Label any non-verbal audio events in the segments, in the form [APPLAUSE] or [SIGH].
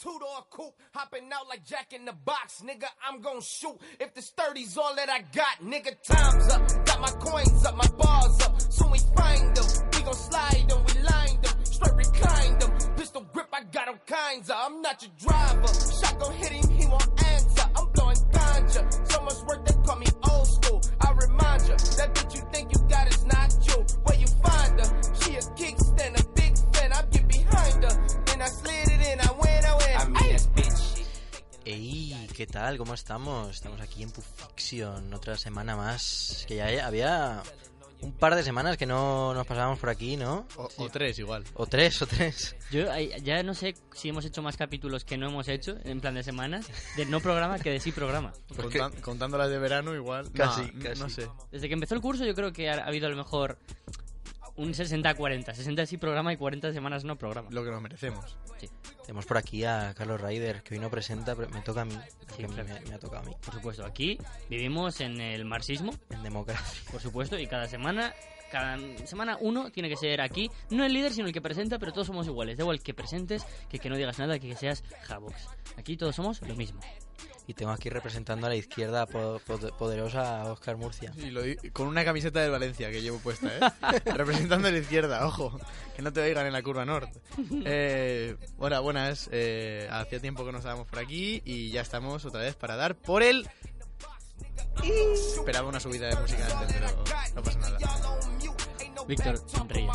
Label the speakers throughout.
Speaker 1: Two door coupe, hopping out like Jack in the box, nigga. I'm gonna shoot if this 30's all that I got, nigga. Time's up, got my coins up, my bars up. Soon we find them, we gon' slide them, we lined them, straight reclined them. Pistol grip, I got all kinds of. I'm not your driver. Shotgun hit him, he won't answer. I'm blowing ganja, so much work they call me old school. I remind ya, that bitch you think you got is not you. Where you find her? She a kickstand, a big fan. I get behind her, then I slid it in, I went, I went.
Speaker 2: I mean,
Speaker 1: "Ay."
Speaker 2: this bitch.
Speaker 3: Ey, ¿qué tal? ¿Cómo estamos? Estamos aquí en Pufiction, otra semana más. Que ya había un par de semanas que no nos pasábamos por aquí, ¿no?
Speaker 4: O, o tres igual.
Speaker 3: O tres, o tres.
Speaker 5: Yo ay, ya no sé si hemos hecho más capítulos que no hemos hecho, en plan de semanas, de no programa que de sí programa.
Speaker 3: Porque-
Speaker 4: Contan- contándolas de verano igual.
Speaker 3: Casi,
Speaker 4: Nah,
Speaker 3: casi.
Speaker 4: No sé.
Speaker 5: Desde que empezó el curso yo creo que ha ha habido a lo mejor un 60-40. 60 sí programa y 40 semanas no programa.
Speaker 4: Lo que nos merecemos.
Speaker 3: Tenemos por aquí a Carlos Ryder, que hoy no presenta, pero me toca a mí. porque
Speaker 5: claro.
Speaker 3: me, me ha tocado a mí.
Speaker 5: Por supuesto, aquí vivimos en el marxismo,
Speaker 3: En democracia.
Speaker 5: por supuesto, y cada semana... Cada semana uno tiene que ser aquí, no el líder, sino el que presenta, pero todos somos iguales. Da igual que presentes, que, que no digas nada, que, que seas Javox. Aquí todos somos lo mismo.
Speaker 3: Y tengo aquí representando a la izquierda po- po- poderosa a Oscar Murcia.
Speaker 4: Y lo di- con una camiseta del Valencia que llevo puesta, [LAUGHS] ¿eh? Representando a la izquierda, ojo. Que no te oigan en la curva norte. Eh, bueno, buenas. Eh, hacía tiempo que no estábamos por aquí y ya estamos otra vez para dar por el... Esperaba una subida de música antes, pero no pasa nada.
Speaker 5: Víctor Reyes.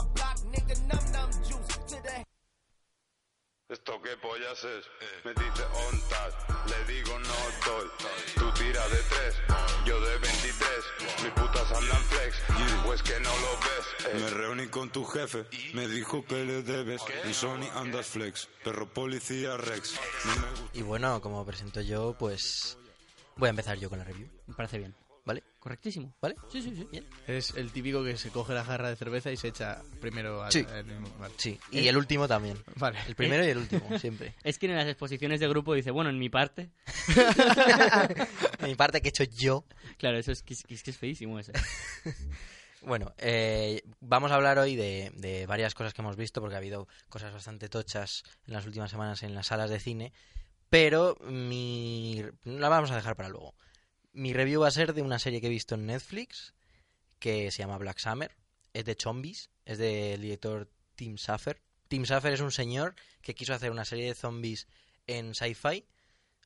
Speaker 6: Esto que pollas es, me dice on tap, le digo no estoy. Tú tiras de tres, yo de 23. Mis putas andan flex, pues que no lo ves.
Speaker 7: Me reuní con tu jefe, me dijo que le debes. En Sony andas flex, perro policía Rex. No me gusta.
Speaker 3: Y bueno, como presento yo, pues voy a empezar yo con la review.
Speaker 5: Me parece bien.
Speaker 3: ¿Vale?
Speaker 5: Correctísimo.
Speaker 3: ¿Vale?
Speaker 5: Sí, sí, sí.
Speaker 3: Bien.
Speaker 4: Es el típico que se coge la jarra de cerveza y se echa primero al...
Speaker 3: Sí.
Speaker 4: al mismo- vale.
Speaker 3: Sí. Y el último también.
Speaker 4: Vale.
Speaker 3: El primero y el último, siempre.
Speaker 5: Es que en las exposiciones de grupo dice, bueno, en mi parte.
Speaker 3: De mi parte, que he hecho yo.
Speaker 5: Claro, eso es que es, que es que es feísimo eso.
Speaker 3: Bueno, eh, vamos a hablar hoy de, de varias cosas que hemos visto, porque ha habido cosas bastante tochas en las últimas semanas en las salas de cine, pero mi... la vamos a dejar para luego. Mi review va a ser de una serie que he visto en Netflix, que se llama Black Summer, es de zombies, es del director Tim Saffer. Tim Saffer es un señor que quiso hacer una serie de zombies en sci-fi,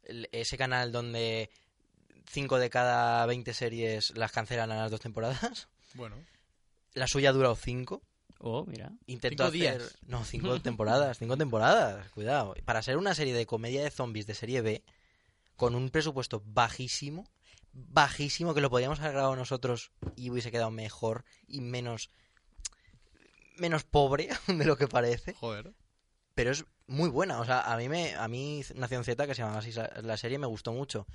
Speaker 3: el- ese canal donde 5 de cada 20 series las cancelan a las dos temporadas.
Speaker 4: Bueno.
Speaker 3: La suya ha durado cinco.
Speaker 5: Oh, mira.
Speaker 3: Intentó
Speaker 4: Cinco
Speaker 3: hacer-
Speaker 4: días.
Speaker 3: No,
Speaker 4: [LAUGHS]
Speaker 3: cinco temporadas. Cinco temporadas. Cuidado. Para ser una serie de comedia de zombies de serie B, con un presupuesto bajísimo, bajísimo, que lo podíamos haber grabado nosotros y hubiese quedado mejor y menos. menos pobre [LAUGHS] de lo que parece.
Speaker 4: Joder.
Speaker 3: Pero es muy buena. O sea, a mí, me, a mí Nación Z, que se llamaba así la la serie, me gustó mucho.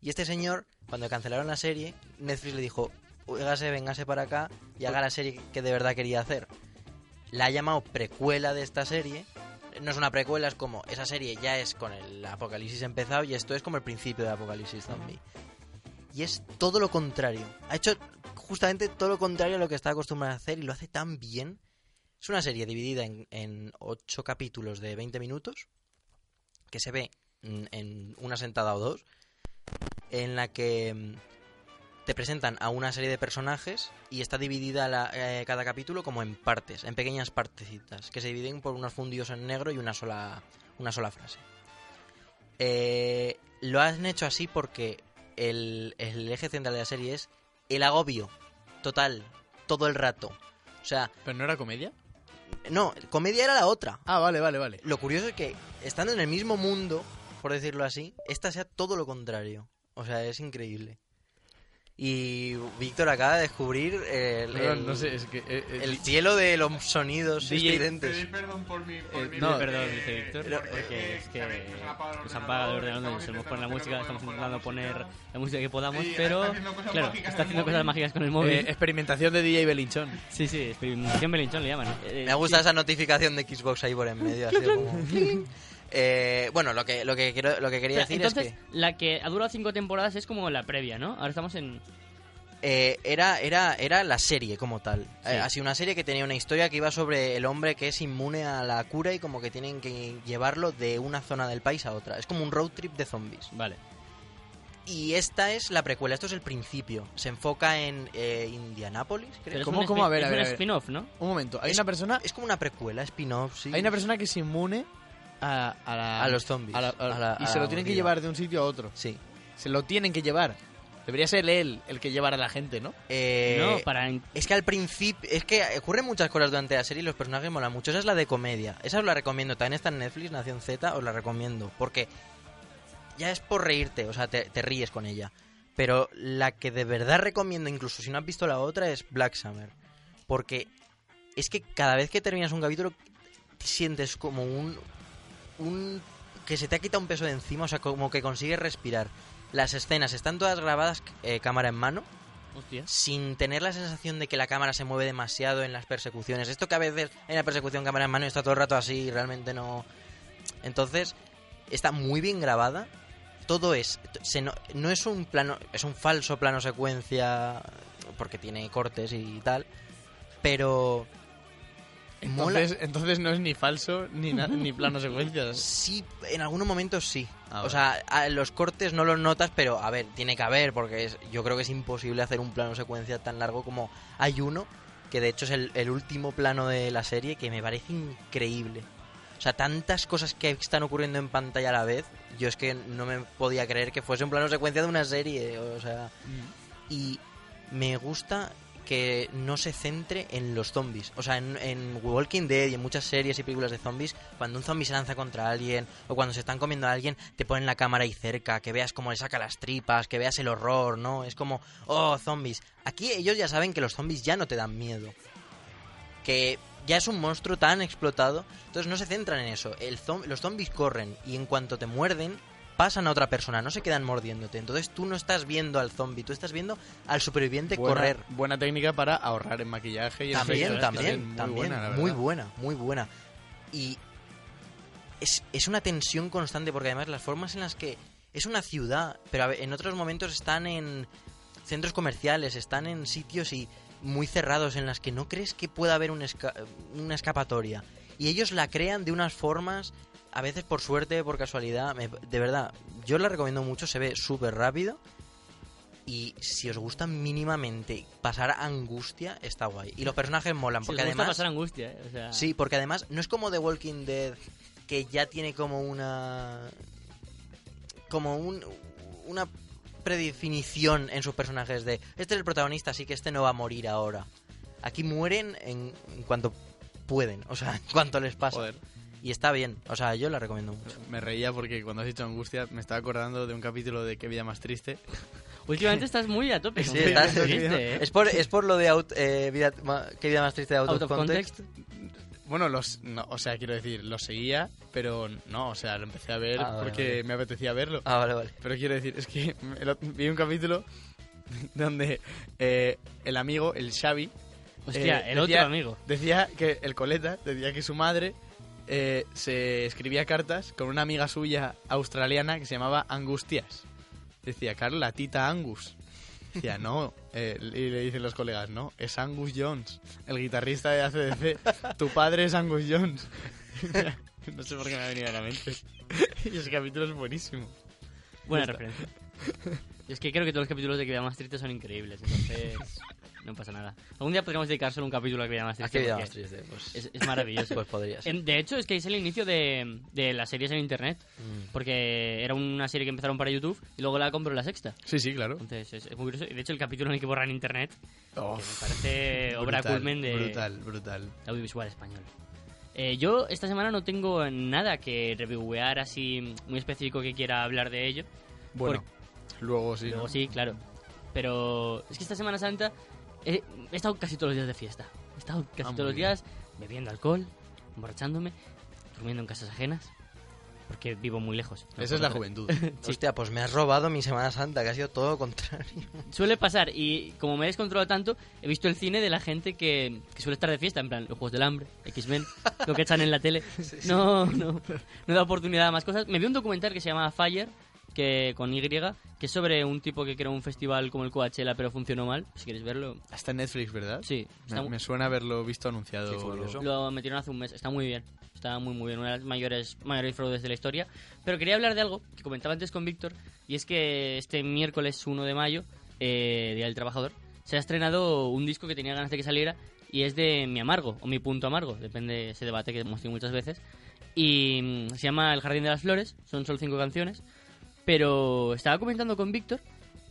Speaker 3: Y este señor, cuando cancelaron la serie, Netflix le dijo, oígase, vengase para acá y haga la serie que de verdad quería hacer. La ha llamado precuela de esta serie. No es una precuela, es como, esa serie ya es con el apocalipsis empezado y esto es como el principio del apocalipsis zombie. Y es todo lo contrario. Ha hecho justamente todo lo contrario a lo que está acostumbrado a hacer y lo hace tan bien. Es una serie dividida en, en ocho capítulos de 20 minutos que se ve mm, en una sentada o dos, en la que mm, te presentan a una serie de personajes y está dividida la- eh, cada capítulo como en partes, en pequeñas partecitas, que se dividen por unos fundidos en negro y una sola, una sola frase. Eh, lo han hecho así porque el, el eje central de la serie es el agobio total, todo el rato. O sea,
Speaker 4: ¿Pero no era comedia?
Speaker 3: no, comedia era la otra.
Speaker 4: Ah, vale, vale, vale.
Speaker 3: Lo curioso es que, estando en el mismo mundo, por decirlo así, esta sea todo lo contrario. O sea, es increíble. Y Víctor acaba de descubrir el,
Speaker 4: No,
Speaker 3: el-
Speaker 4: no sé, es que... eh, eh,
Speaker 3: el cielo de los sonidos
Speaker 4: DJ
Speaker 3: estridentes.
Speaker 8: perdón por mi.
Speaker 4: por mi-
Speaker 5: No,
Speaker 4: No,
Speaker 5: perdón,
Speaker 8: eh,
Speaker 5: dice Víctor,
Speaker 8: pero-
Speaker 5: porque es que
Speaker 8: es que se han apagado
Speaker 5: nos
Speaker 8: el
Speaker 5: han pagado el ordenador,
Speaker 8: ordenador,
Speaker 5: nos hemos
Speaker 8: estamos
Speaker 5: puedo la música,
Speaker 8: intentando
Speaker 5: estamos
Speaker 8: poner la
Speaker 5: intentando poner
Speaker 8: música.
Speaker 5: la música que podamos,
Speaker 8: Sí,
Speaker 5: pero
Speaker 8: está haciendo cosas
Speaker 5: claro, está
Speaker 8: mágicas en el
Speaker 5: haciendo cosas
Speaker 8: móvil.
Speaker 5: mágicas con el móvil.
Speaker 4: eh, experimentación de DJ Belinchón.
Speaker 5: sí, sí, experimentación Belinchón le llaman. Eh,
Speaker 3: Me gusta esa notificación de Xbox ahí por en medio. así como- Eh, bueno, lo que, lo que, quiero, lo que quería
Speaker 5: Espera,
Speaker 3: decir
Speaker 5: Entonces,
Speaker 3: es que...
Speaker 5: la que ha durado cinco temporadas es como la previa, ¿no? Ahora estamos en...
Speaker 3: eh, era, era, era la serie como tal.
Speaker 5: Sí.
Speaker 3: Eh, ha sido una serie que tenía una historia que iba sobre el hombre que es inmune a la cura y como que tienen que llevarlo de una zona del país a otra. Es como un road trip de zombies.
Speaker 5: Vale.
Speaker 3: Y esta es la precuela, esto es el principio. Se enfoca en eh, Indianápolis, creo.
Speaker 5: Pero es
Speaker 4: ¿Cómo-
Speaker 5: un
Speaker 4: cómo?
Speaker 5: spin-
Speaker 4: A ver,
Speaker 5: es
Speaker 4: a ver,
Speaker 5: un
Speaker 4: a ver.
Speaker 5: spin-off, ¿no?
Speaker 4: Un momento, hay una persona,
Speaker 3: Es como una precuela, spin-off, sí.
Speaker 4: hay una persona que es inmune a, a, la-
Speaker 3: A los zombies.
Speaker 4: a la- a-
Speaker 3: A la-
Speaker 4: y
Speaker 3: a
Speaker 4: se lo
Speaker 3: la
Speaker 4: tienen que
Speaker 3: mordida.
Speaker 4: llevar de un sitio a otro.
Speaker 3: Sí.
Speaker 4: Se lo tienen que llevar. Debería ser él el que llevara a la gente, ¿no?
Speaker 3: Eh,
Speaker 5: no, para... en-
Speaker 3: Es que al principio. Es que ocurren muchas cosas durante la serie y los personajes molan mucho. Esa es la de comedia. Esa os la recomiendo. También está en Netflix, Nación Z, os la recomiendo. Porque ya es por reírte, o sea, te, te ríes con ella. Pero la que de verdad recomiendo, incluso si no has visto la otra, es Black Summer. Porque es que cada vez que terminas un capítulo, sientes como un. un que se te ha quitado un peso de encima, o sea, como que consigues respirar. Las escenas están todas grabadas eh, cámara en mano
Speaker 5: Hostia.
Speaker 3: sin tener la sensación de que la cámara se mueve demasiado en las persecuciones. Esto que a veces en la persecución cámara en mano y está todo el rato así y realmente no... Entonces, está muy bien grabada. Todo es... se no, no es un plano... Es un falso plano secuencia porque tiene cortes y tal. Pero... Mola.
Speaker 4: Entonces, entonces no es ni falso ni, na- ni plano [LAUGHS] secuencias.
Speaker 3: Sí, en algunos momentos sí.
Speaker 4: Ah,
Speaker 3: o sea, a- los cortes no los notas, pero a ver, tiene que haber, porque es, yo creo que es imposible hacer un plano secuencia tan largo como hay uno, que de hecho es el, el último plano de la serie, que me parece increíble. O sea, tantas cosas que están ocurriendo en pantalla a la vez, yo es que no me podía creer que fuese un plano secuencia de una serie, o sea... Y me gusta que no se centre en los zombies. O sea, en, en Walking Dead y en muchas series y películas de zombies, cuando un zombie se lanza contra alguien o cuando se están comiendo a alguien, te ponen la cámara ahí cerca, que veas cómo le saca las tripas, que veas el horror, ¿no? Es como, oh, zombies. Aquí ellos ya saben que los zombies ya no te dan miedo. Que ya es un monstruo tan explotado. Entonces no se centran en eso. El zom- los zombies corren y en cuanto te muerden, pasan a otra persona, no se quedan mordiéndote. Entonces tú no estás viendo al zombie, tú estás viendo al superviviente
Speaker 4: Buena-
Speaker 3: correr.
Speaker 4: Buena técnica para ahorrar en maquillaje y en
Speaker 3: También,
Speaker 4: efectos,
Speaker 3: también, también.
Speaker 4: Muy buena, la verdad.
Speaker 3: muy buena, muy buena. Y es, es una tensión constante porque además las formas en las que... Es una ciudad, pero a ve- en otros momentos están en centros comerciales, están en sitios y muy cerrados en las que no crees que pueda haber un esca- una escapatoria. Y ellos la crean de unas formas, a veces por suerte, por casualidad. me- de verdad, yo la recomiendo mucho, se ve súper rápido. Y si os gusta mínimamente pasar angustia, está guay. Y los personajes molan,
Speaker 5: Si os
Speaker 3: porque
Speaker 5: gusta
Speaker 3: además...
Speaker 5: pasar angustia, ¿eh? O sea,
Speaker 3: Sí, porque además no es como The Walking Dead, que ya tiene como una. como un, una predefinición en sus personajes de este es el protagonista, así que este no va a morir ahora. Aquí mueren en, en cuanto pueden, o sea, [LAUGHS] en cuanto les pasa.
Speaker 4: Joder.
Speaker 3: Y está bien, o sea, yo la recomiendo mucho.
Speaker 4: Me reía porque cuando has dicho angustia me estaba acordando de un capítulo de Qué vida más triste.
Speaker 5: Últimamente estás muy a tope.
Speaker 3: [LAUGHS] Sí,
Speaker 5: con
Speaker 3: está-
Speaker 5: Qué triste, ¿eh?
Speaker 3: es, por, es por lo de out- eh, vida, ma- qué vida más triste de Out,
Speaker 5: Out
Speaker 3: of
Speaker 5: of
Speaker 3: Context.
Speaker 5: context.
Speaker 4: Bueno, los, no, o sea, quiero decir, lo seguía, pero no, o sea, lo empecé a ver
Speaker 3: Ah, vale,
Speaker 4: porque
Speaker 3: vale.
Speaker 4: me apetecía verlo.
Speaker 3: Ah, vale, vale.
Speaker 4: Pero quiero decir, es que [LAUGHS] el ot- vi un capítulo [LAUGHS] donde eh, el amigo, el Xavi,
Speaker 5: Hostia,
Speaker 4: eh,
Speaker 5: el otro
Speaker 4: decía-
Speaker 5: amigo.
Speaker 4: decía que el coleta, decía que su madre eh, se escribía cartas con una amiga suya australiana que se llamaba Angustias. Decía, Carla, tita Angus. Decía, no, eh, y le dicen los colegas, no, es Angus Jones, el guitarrista de ACDC. Tu padre es Angus Jones. [LAUGHS] no sé por qué me ha venido a la mente. Y [LAUGHS] ese capítulo es buenísimo.
Speaker 5: Buena
Speaker 4: Justo.
Speaker 5: referencia. Y es que creo que todos los capítulos de Que Vida Más Triste son increíbles, entonces no pasa nada. Algún día podríamos dedicar solo un capítulo a Que Vida Más
Speaker 3: Ah,
Speaker 5: Triste.
Speaker 3: qué vida
Speaker 5: porque
Speaker 3: más triste, pues.
Speaker 5: Es,
Speaker 3: [LAUGHS]
Speaker 5: es maravilloso.
Speaker 3: Pues podría ser.
Speaker 5: Em, De hecho, es que es el inicio de, de las series en internet,
Speaker 3: Mm.
Speaker 5: porque era una serie que empezaron para YouTube y luego la compró la sexta.
Speaker 4: Sí, sí, claro.
Speaker 5: Entonces es, es muy curioso. Y de hecho, el capítulo en el que borran internet, que me
Speaker 4: Uf,
Speaker 5: parece obra
Speaker 4: brutal,
Speaker 5: culmen de,
Speaker 4: Brutal, brutal.
Speaker 5: audiovisual español. Eh, yo esta semana no tengo nada que reviewear así muy específico que quiera hablar de ello.
Speaker 4: Bueno, luego sí.
Speaker 5: Luego
Speaker 4: ¿no?
Speaker 5: sí, claro. Pero es que esta Semana Santa he, he estado casi todos los días de fiesta. He estado casi
Speaker 4: Ah, muy
Speaker 5: todos los
Speaker 4: bien.
Speaker 5: días bebiendo alcohol, emborrachándome, durmiendo en casas ajenas, porque vivo muy lejos.
Speaker 4: Esa
Speaker 5: No
Speaker 4: es
Speaker 5: puedo
Speaker 4: la
Speaker 5: tra-
Speaker 4: juventud. [LAUGHS]
Speaker 3: Hostia, pues me has robado mi Semana Santa, que ha sido todo lo contrario.
Speaker 5: Suele pasar, y como me he descontrolado tanto, he visto el cine de la gente que, que suele estar de fiesta, en plan, los Juegos del Hambre, X-Men,
Speaker 4: [LAUGHS]
Speaker 5: lo que echan en la tele. No, no, no da oportunidad a más cosas. Me vi un documental que se llamaba Fire, que con Y, que es sobre un tipo que creó un festival como el Coachella, pero funcionó mal. Si quieres verlo,
Speaker 4: Está en Netflix, ¿verdad?
Speaker 5: sí. Está
Speaker 4: Me,
Speaker 5: mu-
Speaker 4: me suena haberlo visto anunciado.
Speaker 3: Qué
Speaker 4: o algo.
Speaker 3: curioso.
Speaker 5: lo metieron hace un mes. Está muy bien. Está muy, muy bien. Una de las mayores, mayores fraudes de la historia. Pero quería hablar de algo que comentaba antes con Víctor. Y es que este miércoles 1 de mayo, eh, Día del Trabajador, se ha estrenado un disco que tenía ganas de que saliera. Y es de Mi Amargo, o Mi Punto Amargo. Depende de ese debate que hemos tenido muchas veces. Y mm, se llama El Jardín de las Flores. Son solo cinco canciones. Pero estaba comentando con Víctor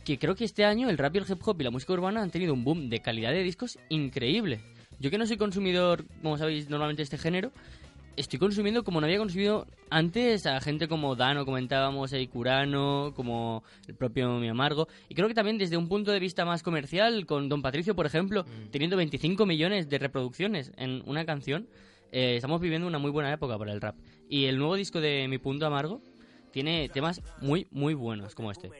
Speaker 5: que creo que este año el rap y el hip hop y la música urbana han tenido un boom de calidad de discos increíble. Yo que no soy consumidor, como sabéis, normalmente de este género, estoy consumiendo como no había consumido antes a gente como Dano, comentábamos, el Curano, como el propio Mi Amargo. Y creo que también desde un punto de vista más comercial, con Don Patricio, por ejemplo, teniendo 25 millones de reproducciones en una canción, eh, estamos viviendo una muy buena época para el rap. Y el nuevo disco de Mi Punto Amargo tiene temas muy, muy buenos como este.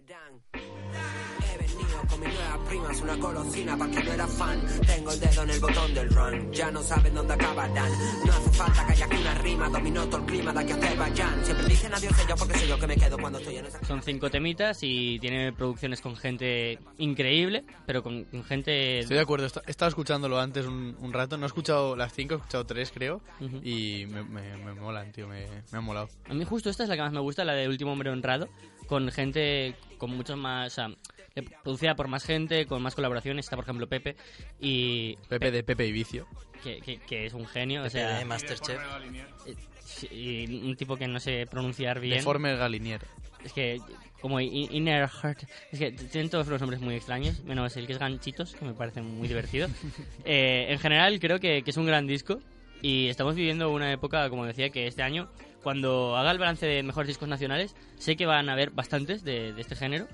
Speaker 2: He venido con mis nuevas primas, una golosina para que no era fan. Tengo el dedo en el botón del run, ya no saben dónde acabarán. No hace falta que haya aquí una rima, dominó todo el clima de aquí hasta el Bayán. Siempre dicen adiós que yo porque soy yo que me quedo cuando estoy en esa...
Speaker 5: Son cinco temitas y tiene producciones con gente increíble, pero con, con gente...
Speaker 4: Estoy de acuerdo, est- he estado escuchándolo antes un, un rato, no he escuchado las cinco, he escuchado tres creo,
Speaker 5: Ujú.
Speaker 4: y me, me- me molan, tío, me, me han molado.
Speaker 5: A mí justo esta es la que más me gusta, la de Último Hombre Honrado, con gente con muchos más... O sea, eh, producida por más gente, con más colaboraciones. Está, por ejemplo, Pepe, y
Speaker 4: Pepe de Pepe y Vicio.
Speaker 5: que, que- que es un genio. O
Speaker 3: de
Speaker 5: sea, eh,
Speaker 3: Masterchef.
Speaker 5: y un tipo que no sé pronunciar bien.
Speaker 4: Deforme Galinier.
Speaker 5: Es que, como i- Inner Heart, es que tienen todos los nombres muy extraños, menos el que es Ganchitos, que me parece muy divertido. Eh, en general, creo que, que es un gran disco y estamos viviendo una época, como decía, que este año, cuando haga el balance de mejores discos nacionales, sé que van a haber bastantes de, de este género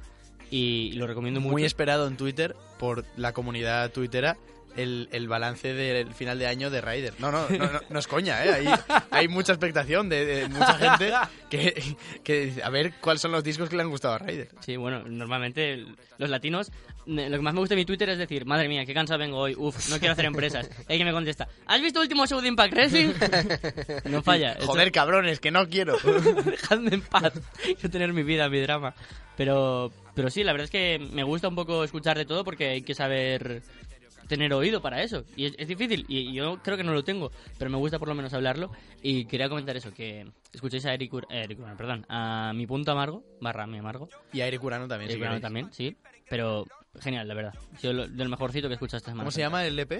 Speaker 5: y, lo recomiendo mucho.
Speaker 4: Muy esperado en Twitter por la comunidad twittera el, el balance del final de año de Ryder. No, no, no, no, no es coña, ¿eh? Hay, [LAUGHS] hay mucha expectación de, de mucha gente que, que dice, a ver cuáles son los discos que le han gustado a Ryder.
Speaker 5: Sí, bueno, normalmente el- los latinos, ne- lo que más me gusta de mi Twitter es decir, madre mía, qué cansado vengo hoy, uff, no quiero hacer empresas. Hay que me contesta, ¿has visto el último show de Impact Wrestling? No falla. esto-
Speaker 4: Joder, cabrones, que no
Speaker 5: [LAUGHS]
Speaker 4: quiero.
Speaker 5: dejadme en paz. Yo tener mi vida, mi drama. Pero, pero sí, la verdad es que me gusta un poco escuchar de todo porque hay que saber tener oído para eso. Y es, es difícil. Y yo creo que no lo tengo, pero me gusta por lo menos hablarlo. Y quería comentar eso, que escuchéis a Eric, Ur- eh, Eric Urano, perdón, a mi punto amargo, barra mi amargo.
Speaker 4: Y Aire Curano también. si
Speaker 5: Eric Urano
Speaker 4: queréis.
Speaker 5: también, sí. Pero genial, la verdad. Ha sido lo- del mejorcito que he escuchado esta semana.
Speaker 4: ¿Cómo se llama el E EP?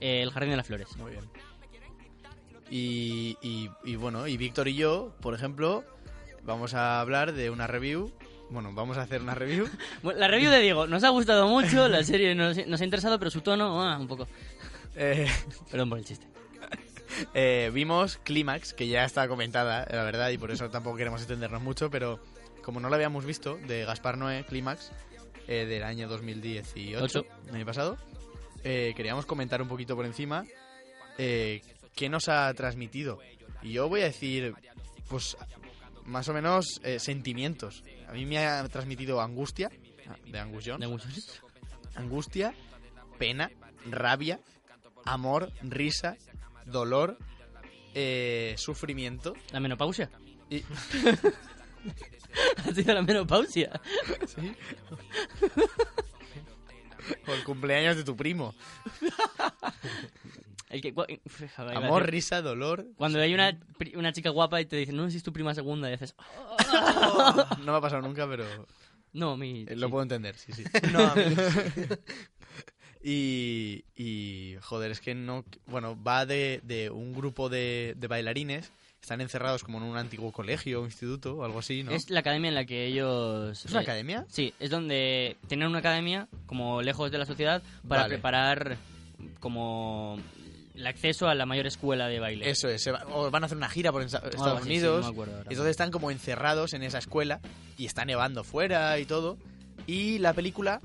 Speaker 5: Eh, el Jardín de las Flores.
Speaker 4: Muy bien. Y, y- y bueno, y Víctor y yo, por ejemplo, vamos a hablar de una review. Bueno, vamos a hacer una review. [LAUGHS]
Speaker 5: Bueno, la review de Diego, nos ha gustado mucho, la serie nos, nos ha interesado, pero su tono, ah, un poco.
Speaker 4: Eh,
Speaker 5: Perdón por el chiste.
Speaker 4: eh, vimos Clímax, que ya está comentada, la verdad, y por eso tampoco queremos extendernos mucho, pero como no la habíamos visto, de Gaspar Noé, Clímax, eh, del año 2018,
Speaker 5: Ocho.
Speaker 4: el año pasado, eh, queríamos comentar un poquito por encima eh, qué nos ha transmitido. Y yo voy a decir, pues, más o menos eh, sentimientos. A mí me ha transmitido angustia, ah, de angustión,
Speaker 5: ¿De muchos?
Speaker 4: angustia, pena, rabia, amor, risa, dolor, eh, sufrimiento.
Speaker 5: La menopausia.
Speaker 4: Y,
Speaker 5: [LAUGHS] Ha sido la menopausia.
Speaker 4: [LAUGHS] o el cumpleaños de tu primo.
Speaker 5: El que, cua- Joder,
Speaker 4: Amor,
Speaker 5: gracias.
Speaker 4: risa, dolor.
Speaker 5: Cuando hay una, pri- una chica guapa y te dicen, no, si es tu prima segunda, y haces, "Ah,
Speaker 4: No me ha pasado nunca, pero
Speaker 5: no, mi.
Speaker 4: eh, lo
Speaker 5: sí".
Speaker 4: puedo entender, sí, sí.
Speaker 3: [LAUGHS] No, a mí-
Speaker 4: Y, y, joder, es que no... Bueno, va de, de un grupo de, de bailarines, están encerrados como en un antiguo colegio o instituto o algo así, ¿no?
Speaker 5: Es la academia en la que ellos.
Speaker 4: ¿Es una
Speaker 5: eh,
Speaker 4: academia?
Speaker 5: Sí, es donde tienen una academia como lejos de la sociedad para
Speaker 4: Vale.
Speaker 5: preparar como el acceso a la mayor escuela de baile.
Speaker 4: Eso es, se va- o van a hacer una gira por ensa-
Speaker 5: algo
Speaker 4: Estados
Speaker 5: así, sí,
Speaker 4: Unidos.
Speaker 5: no me acuerdo ahora.
Speaker 4: y entonces están como encerrados en esa escuela y está nevando fuera y todo. Y la película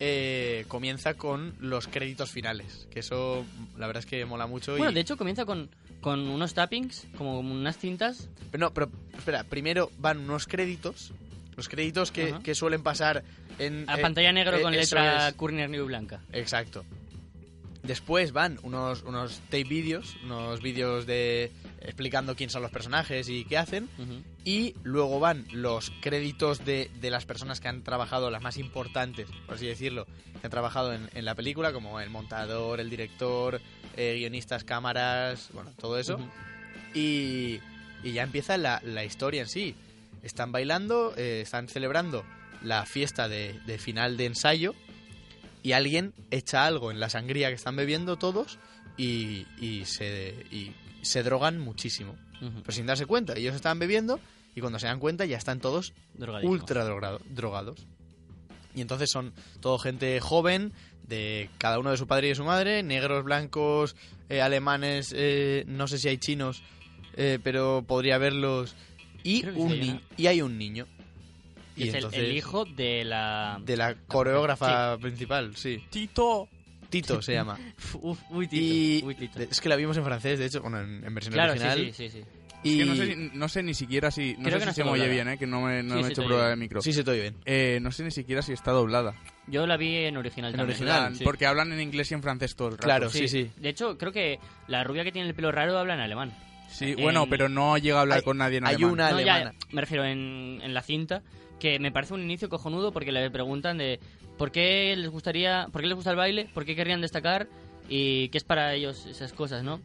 Speaker 4: eh, comienza con los créditos finales, que eso la verdad es que mola mucho. y-
Speaker 5: Bueno, de hecho comienza con, con unos tappings, como unas cintas.
Speaker 4: Pero no, pero espera, primero van unos créditos, los créditos que,
Speaker 5: Ajá.
Speaker 4: que suelen pasar en...
Speaker 5: A
Speaker 4: eh,
Speaker 5: pantalla negro
Speaker 4: eh,
Speaker 5: con
Speaker 4: eso
Speaker 5: letra
Speaker 4: es.
Speaker 5: Kurner New Blanca.
Speaker 4: Exacto. Después van unos, unos tape vídeos, unos vídeos de explicando quién son los personajes y qué hacen.
Speaker 5: Ujú.
Speaker 4: Y luego van los créditos de, de las personas que han trabajado, las más importantes, por así decirlo, que han trabajado en, en la película, como el montador, el director, eh, guionistas, cámaras, bueno, todo eso.
Speaker 5: Ujú.
Speaker 4: y, y ya empieza la, la historia en sí. Están bailando, eh, están celebrando la fiesta de, de final de ensayo y alguien echa algo en la sangría que están bebiendo todos y, y se, y se drogan muchísimo.
Speaker 5: Ujú.
Speaker 4: Pero sin darse cuenta, ellos estaban bebiendo y cuando se dan cuenta ya están todos
Speaker 5: Drogadicto.
Speaker 4: ultra drogado- drogados. Y entonces son todo gente joven, de cada uno de su padre y de su madre, negros, blancos, eh, alemanes, eh, no sé si hay chinos, eh, pero podría haberlos. Y,
Speaker 5: Creo que sí
Speaker 4: un
Speaker 5: hay
Speaker 4: ni-
Speaker 5: una.
Speaker 4: y hay un niño.
Speaker 5: Y es el- el, hijo de la...
Speaker 4: de la coreógrafa principal, sí.
Speaker 5: Tito.
Speaker 4: Tito se
Speaker 5: [LAUGHS]
Speaker 4: llama.
Speaker 5: Uf, uy, Tito.
Speaker 4: Y
Speaker 5: uy, Tito.
Speaker 4: es que la vimos en francés, de hecho, bueno, en, en versión
Speaker 5: Claro, sí,
Speaker 4: original.
Speaker 5: sí, sí, sí.
Speaker 4: Y...
Speaker 8: Es que no sé, si- no sé ni siquiera si. No
Speaker 5: Creo que
Speaker 8: sé si
Speaker 5: no
Speaker 8: se
Speaker 5: está
Speaker 8: me oye
Speaker 5: doblada.
Speaker 8: bien, ¿eh? Que no me,
Speaker 5: Sí,
Speaker 8: no me
Speaker 5: sí,
Speaker 8: he hecho
Speaker 5: te
Speaker 8: prueba
Speaker 5: oye.
Speaker 8: de micro.
Speaker 4: Sí, se te oye bien.
Speaker 8: Eh, no sé ni siquiera si está doblada.
Speaker 5: Yo la vi en original
Speaker 4: En
Speaker 5: también.
Speaker 4: original,
Speaker 8: Plan,
Speaker 5: sí.
Speaker 8: Porque hablan en inglés y en francés todo el rato.
Speaker 4: Claro, sí, sí.
Speaker 5: De hecho, creo que la rubia que tiene el pelo raro habla en alemán.
Speaker 8: Sí,
Speaker 5: En-
Speaker 8: bueno, pero no llega a hablar
Speaker 4: Hay-
Speaker 8: con nadie en
Speaker 4: hay
Speaker 8: alemán.
Speaker 4: una-
Speaker 5: No, ya,
Speaker 4: alemana.
Speaker 5: me refiero en, en la cinta, que me parece un inicio cojonudo porque le preguntan de por qué les gustaría, por qué les gusta el baile, por qué querrían destacar y qué es para ellos esas cosas, ¿no?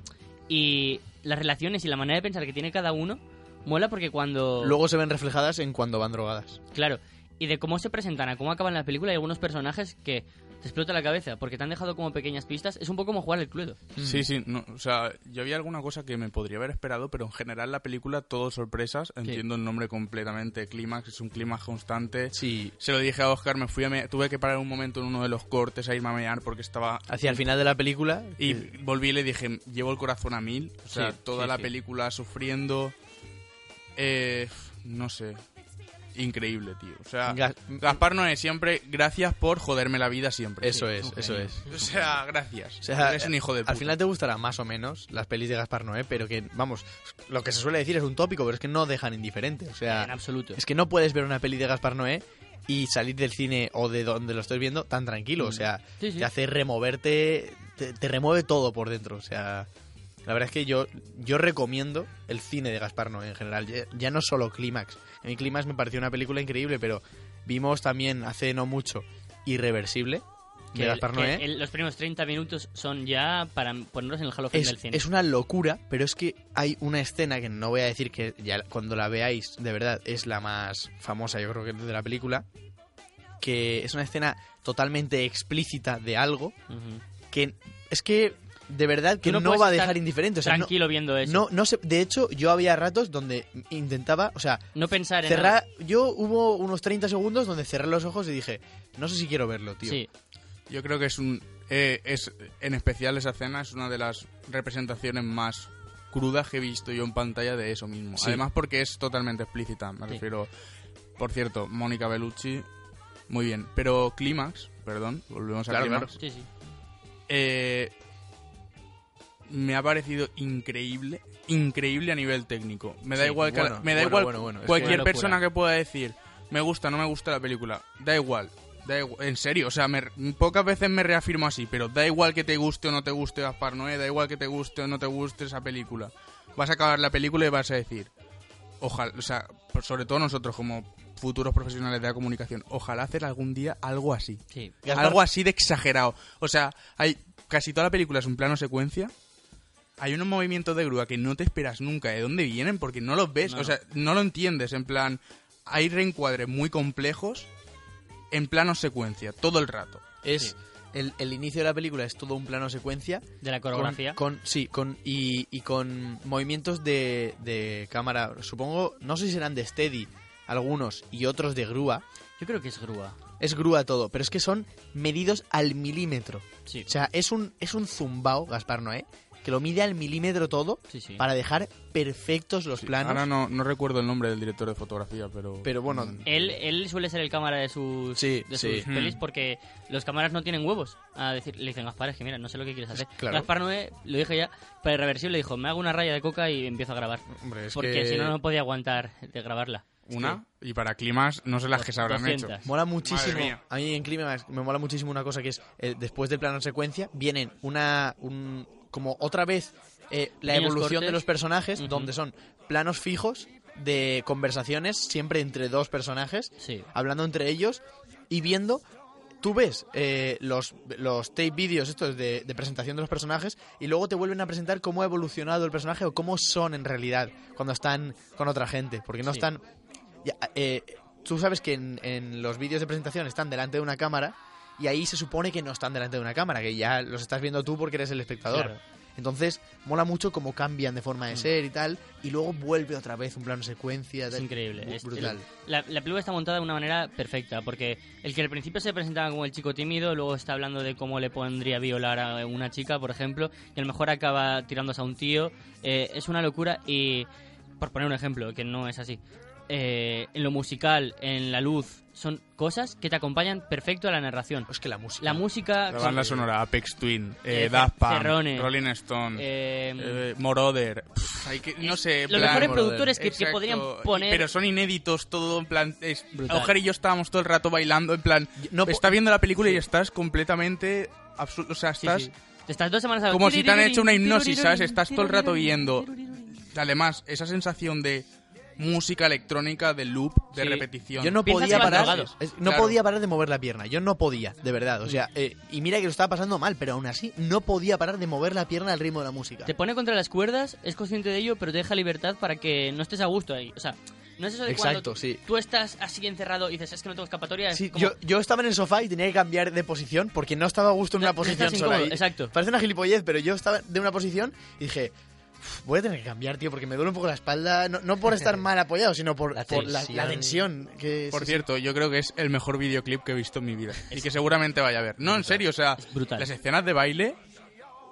Speaker 5: Y las relaciones y la manera de pensar que tiene cada uno mola porque cuando
Speaker 4: Luego se ven reflejadas en cuando van drogadas.
Speaker 5: Claro. Y de cómo se presentan, a cómo acaban la película, hay algunos personajes que te explota la cabeza porque te han dejado como pequeñas pistas. Es un poco como jugar al Cluedo.
Speaker 8: Sí, sí, no, o sea, yo había alguna cosa que me podría haber esperado, pero en general la película todo sorpresas, entiendo el nombre completamente, clímax, es un clímax constante.
Speaker 4: Sí.
Speaker 8: Se lo dije a Oscar, me fui a me- tuve que parar un momento en uno de los cortes a irme a mear porque estaba
Speaker 4: Hacia el final de la película. eh,
Speaker 8: y volví y le dije, llevo el corazón a mil, o sea,
Speaker 4: Sí,
Speaker 8: toda
Speaker 4: sí,
Speaker 8: la
Speaker 4: sí.
Speaker 8: película sufriendo eh, no sé, increíble, tío. O sea,
Speaker 4: Gas-
Speaker 8: Gaspar no es siempre gracias por joderme la vida siempre.
Speaker 4: Eso
Speaker 8: Sí.
Speaker 4: es, eso es.
Speaker 8: O sea, gracias.
Speaker 4: O sea,
Speaker 8: Eres un hijo de puta.
Speaker 4: Al final te gustará más o menos las pelis de Gaspar Noé, pero que, vamos, lo que se suele decir es un tópico, pero es que no dejan indiferente. O
Speaker 5: En
Speaker 4: sea,
Speaker 5: absoluto.
Speaker 4: Ah, es que no puedes ver una peli de Gaspar Noé y salir del cine o de donde lo estés viendo tan tranquilo. O sea,
Speaker 5: Mm. Sí, sí.
Speaker 4: te hace removerte, te, te remueve todo por dentro. O sea, la verdad es que yo, yo recomiendo el cine de Gaspar Noé en general, ya, ya no solo Clímax. A mí Clímax me pareció una película increíble, pero vimos también hace no mucho Irreversible de
Speaker 5: el-
Speaker 4: Gaspar Noé. ¿eh?
Speaker 5: el- los primeros 30 minutos son ya para ponernos en el Hall of Fame
Speaker 4: Es,
Speaker 5: del cine.
Speaker 4: es una locura, pero es que hay una escena que no voy a decir que ya cuando la veáis, de verdad, es la más famosa, yo creo que de la película. Que es una escena totalmente explícita de algo
Speaker 5: Ujú.
Speaker 4: que es que de verdad que
Speaker 5: Tú no
Speaker 4: no,
Speaker 5: puedes
Speaker 4: va a
Speaker 5: estar
Speaker 4: dejar indiferente. O sea, no-
Speaker 5: Tranquilo viendo eso.
Speaker 4: no, no sé, de hecho, yo había ratos donde intentaba, o sea,
Speaker 5: No pensar en nada.
Speaker 4: cerrar. Yo hubo unos 30 segundos donde cerré los ojos y dije, no sé si quiero verlo, tío.
Speaker 5: Sí,
Speaker 8: Yo creo que es un. eh, es, en especial esa escena es una de las representaciones más crudas que he visto yo en pantalla de eso mismo.
Speaker 4: Sí.
Speaker 8: Además, porque es totalmente explícita. Me
Speaker 5: Sí.
Speaker 8: refiero. Por cierto, Mónica Bellucci. Muy bien. Pero Clímax, perdón, volvemos
Speaker 4: Claro,
Speaker 8: a Clímax.
Speaker 5: sí, sí.
Speaker 8: Eh, me ha parecido increíble, increíble a nivel técnico. Me da
Speaker 4: Sí,
Speaker 8: igual que-
Speaker 4: bueno,
Speaker 8: me da
Speaker 4: bueno,
Speaker 8: igual
Speaker 4: bueno, bueno, es
Speaker 8: cualquier
Speaker 5: una locura.
Speaker 8: persona que pueda decir me gusta, no me gusta la película, da igual. Da igual, en serio, o sea, me- pocas veces me reafirmo así, pero da igual que te guste o no te guste Gaspar Noé, da igual que te guste o no te guste esa película. Vas a acabar la película y vas a decir, ojalá, o sea, por- sobre todo nosotros como futuros profesionales de la comunicación, ojalá hacer algún día algo así.
Speaker 5: sí.
Speaker 4: [LAUGHS] Gaspar-
Speaker 8: Algo así de exagerado. O sea, hay casi toda la película es un plano secuencia. Hay unos movimientos de grúa que no te esperas nunca de dónde vienen porque no los ves,
Speaker 5: No,
Speaker 8: o sea, no lo entiendes. En plan, hay reencuadres muy complejos en plano secuencia, todo el rato.
Speaker 4: Es el, el inicio de la película es todo un plano secuencia.
Speaker 5: De la
Speaker 4: con-
Speaker 5: coreografía.
Speaker 4: Con, sí, con, y, y con movimientos de, de cámara. Supongo, no sé si serán de steady algunos y otros de grúa.
Speaker 5: Yo creo que es grúa.
Speaker 4: Es grúa todo, pero es que son medidos al milímetro.
Speaker 5: Sí,
Speaker 4: O sea, es un, es un zumbao, Gaspar Noé, que lo mide al milímetro todo
Speaker 5: sí, sí.
Speaker 4: para dejar perfectos los planos.
Speaker 8: Ahora no, Mm. no recuerdo el nombre del director de fotografía, pero...
Speaker 4: Pero bueno,
Speaker 5: Él, él suele ser el cámara de sus,
Speaker 4: Sí,
Speaker 5: de
Speaker 4: sí.
Speaker 5: sus pelis
Speaker 8: Mm.
Speaker 5: porque los cámaras no tienen huevos. A decir, le dicen Gaspar, es que mira, no sé lo que quieres hacer.
Speaker 4: claro.
Speaker 5: Gaspar Noé, lo dije ya, para irreversible dijo, me hago una raya de coca y empiezo a grabar.
Speaker 4: hombre, es
Speaker 5: porque
Speaker 4: que-
Speaker 5: si no, no podía aguantar de grabarla.
Speaker 8: una. Y para climas, no sé las que se habrán
Speaker 5: 200.
Speaker 8: hecho.
Speaker 4: Mola muchísimo.
Speaker 8: Madre mía.
Speaker 4: A mí en clima es- me mola muchísimo una cosa que es eh, después del plano secuencia vienen una un, como otra vez eh, la
Speaker 5: Pequeños
Speaker 4: evolución
Speaker 5: cortes.
Speaker 4: de los personajes
Speaker 5: Ujú.
Speaker 4: donde son planos fijos de conversaciones siempre entre dos personajes
Speaker 5: Sí.
Speaker 4: hablando entre ellos y viendo. Tú ves eh, los, los tape videos estos de, de presentación de los personajes y luego te vuelven a presentar cómo ha evolucionado el personaje o cómo son en realidad cuando están con otra gente. Porque no
Speaker 5: Sí.
Speaker 4: están... ya, eh, tú sabes que en, en los vídeos de presentación están delante de una cámara y ahí se supone que no están delante de una cámara, que ya los estás viendo tú porque eres el espectador.
Speaker 5: Claro. Mm.
Speaker 4: Entonces, mola mucho cómo cambian de forma de ser y tal, y luego vuelve otra vez un plano secuencia.
Speaker 5: Es
Speaker 4: tal. Bu-
Speaker 5: increíble. es-
Speaker 4: brutal.
Speaker 5: La, la película está montada de una manera perfecta, porque el que al principio se presentaba como el chico tímido, luego está hablando de cómo le pondría a violar a una chica, por ejemplo, y a lo mejor acaba tirándose a un tío. eh, es una locura y, por poner un ejemplo, que no es así, eh, en lo musical, en la luz, son cosas que te acompañan perfecto a la narración.
Speaker 4: Es que la música...
Speaker 5: La música...
Speaker 8: La banda
Speaker 5: con-
Speaker 8: sonora, Apex Twin, eh,
Speaker 5: Eh,
Speaker 8: Daft Punk,
Speaker 5: Cerrone.
Speaker 8: Rolling Stone,
Speaker 5: eh,
Speaker 8: eh, Moroder. Pff, hay que- no sé,
Speaker 5: los
Speaker 8: plan-
Speaker 5: mejores productores que, que
Speaker 8: Exacto.
Speaker 5: podrían
Speaker 8: Y-
Speaker 5: poner...
Speaker 8: Pero son inéditos todo, en plan... Es,
Speaker 5: Brutal.
Speaker 8: Auger y yo estábamos todo el rato bailando, en plan...
Speaker 4: no po-
Speaker 8: está viendo la película y estás completamente... absu- O sea,
Speaker 5: Sí,
Speaker 8: estás...
Speaker 5: sí. Estás dos semanas a-
Speaker 8: Como si te han hecho una hipnosis, ¿sabes? Estás todo el rato viendo. Además, esa sensación de música electrónica, de loop, de
Speaker 5: Sí.
Speaker 8: repetición.
Speaker 4: Yo no
Speaker 5: Piensa
Speaker 4: podía
Speaker 5: que van
Speaker 4: parar.
Speaker 5: drogados.
Speaker 4: es- no
Speaker 8: Claro.
Speaker 4: podía parar de mover la pierna. Yo no podía, de verdad. O sea, eh, y mira que lo estaba pasando mal, pero aún así no podía parar de mover la pierna al ritmo de la música.
Speaker 5: Te pone contra las cuerdas, es consciente de ello, pero te deja libertad para que no estés a gusto ahí. O sea, no es eso de
Speaker 4: Exacto,
Speaker 5: cuando tú,
Speaker 4: sí.
Speaker 5: tú estás así encerrado y dices, es que no tengo escapatoria. es
Speaker 4: Sí,
Speaker 5: como-
Speaker 4: yo, yo estaba en el sofá y tenía que cambiar de posición porque no estaba a gusto en
Speaker 5: No-
Speaker 4: una
Speaker 5: no
Speaker 4: posición
Speaker 5: estás
Speaker 4: sola.
Speaker 5: incómodo,
Speaker 4: Y-
Speaker 5: exacto.
Speaker 4: Parece una gilipollez, pero yo estaba de una posición y dije, "Uf, voy a tener que cambiar, tío, porque me duele un poco la espalda. No, no por estar mal apoyado, sino por
Speaker 3: La
Speaker 4: por la,
Speaker 3: tensión.
Speaker 4: la tensión. Que
Speaker 8: Por
Speaker 4: es-
Speaker 8: cierto, yo creo que es el mejor videoclip que he visto en mi vida. Y que seguramente vaya a ver. No, en serio, o sea,
Speaker 5: Es brutal.
Speaker 8: las escenas de baile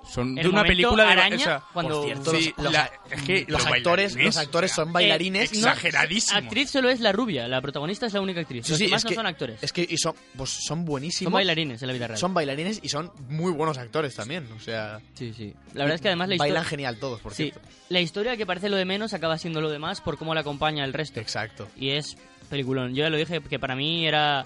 Speaker 8: son
Speaker 5: El
Speaker 8: de una
Speaker 5: momento
Speaker 8: película de
Speaker 5: araña,
Speaker 8: o sea,
Speaker 5: cuando-
Speaker 8: por cierto, sí,
Speaker 4: los-
Speaker 8: la- es que
Speaker 4: los, actores, los
Speaker 8: bailarines,
Speaker 4: actores
Speaker 8: o sea,
Speaker 4: son bailarines.
Speaker 5: Eh,
Speaker 4: ¿no?
Speaker 8: exageradísimos.
Speaker 5: Actriz solo es la rubia, la protagonista es la única actriz.
Speaker 4: Sí,
Speaker 5: Los
Speaker 4: sí,
Speaker 5: demás
Speaker 4: es
Speaker 5: no
Speaker 4: que-
Speaker 5: son actores.
Speaker 4: Es que y son, pues, son buenísimos.
Speaker 5: son bailarines en la vida real.
Speaker 4: Son bailarines y son muy buenos actores también. O sea,
Speaker 5: Sí, sí. La verdad es que además la historia...
Speaker 4: bailan genial todos, por
Speaker 5: Sí,
Speaker 4: cierto.
Speaker 5: la historia que parece lo de menos acaba siendo lo de más por cómo la acompaña el resto.
Speaker 4: Exacto.
Speaker 5: y es peliculón. Yo ya lo dije que para mí era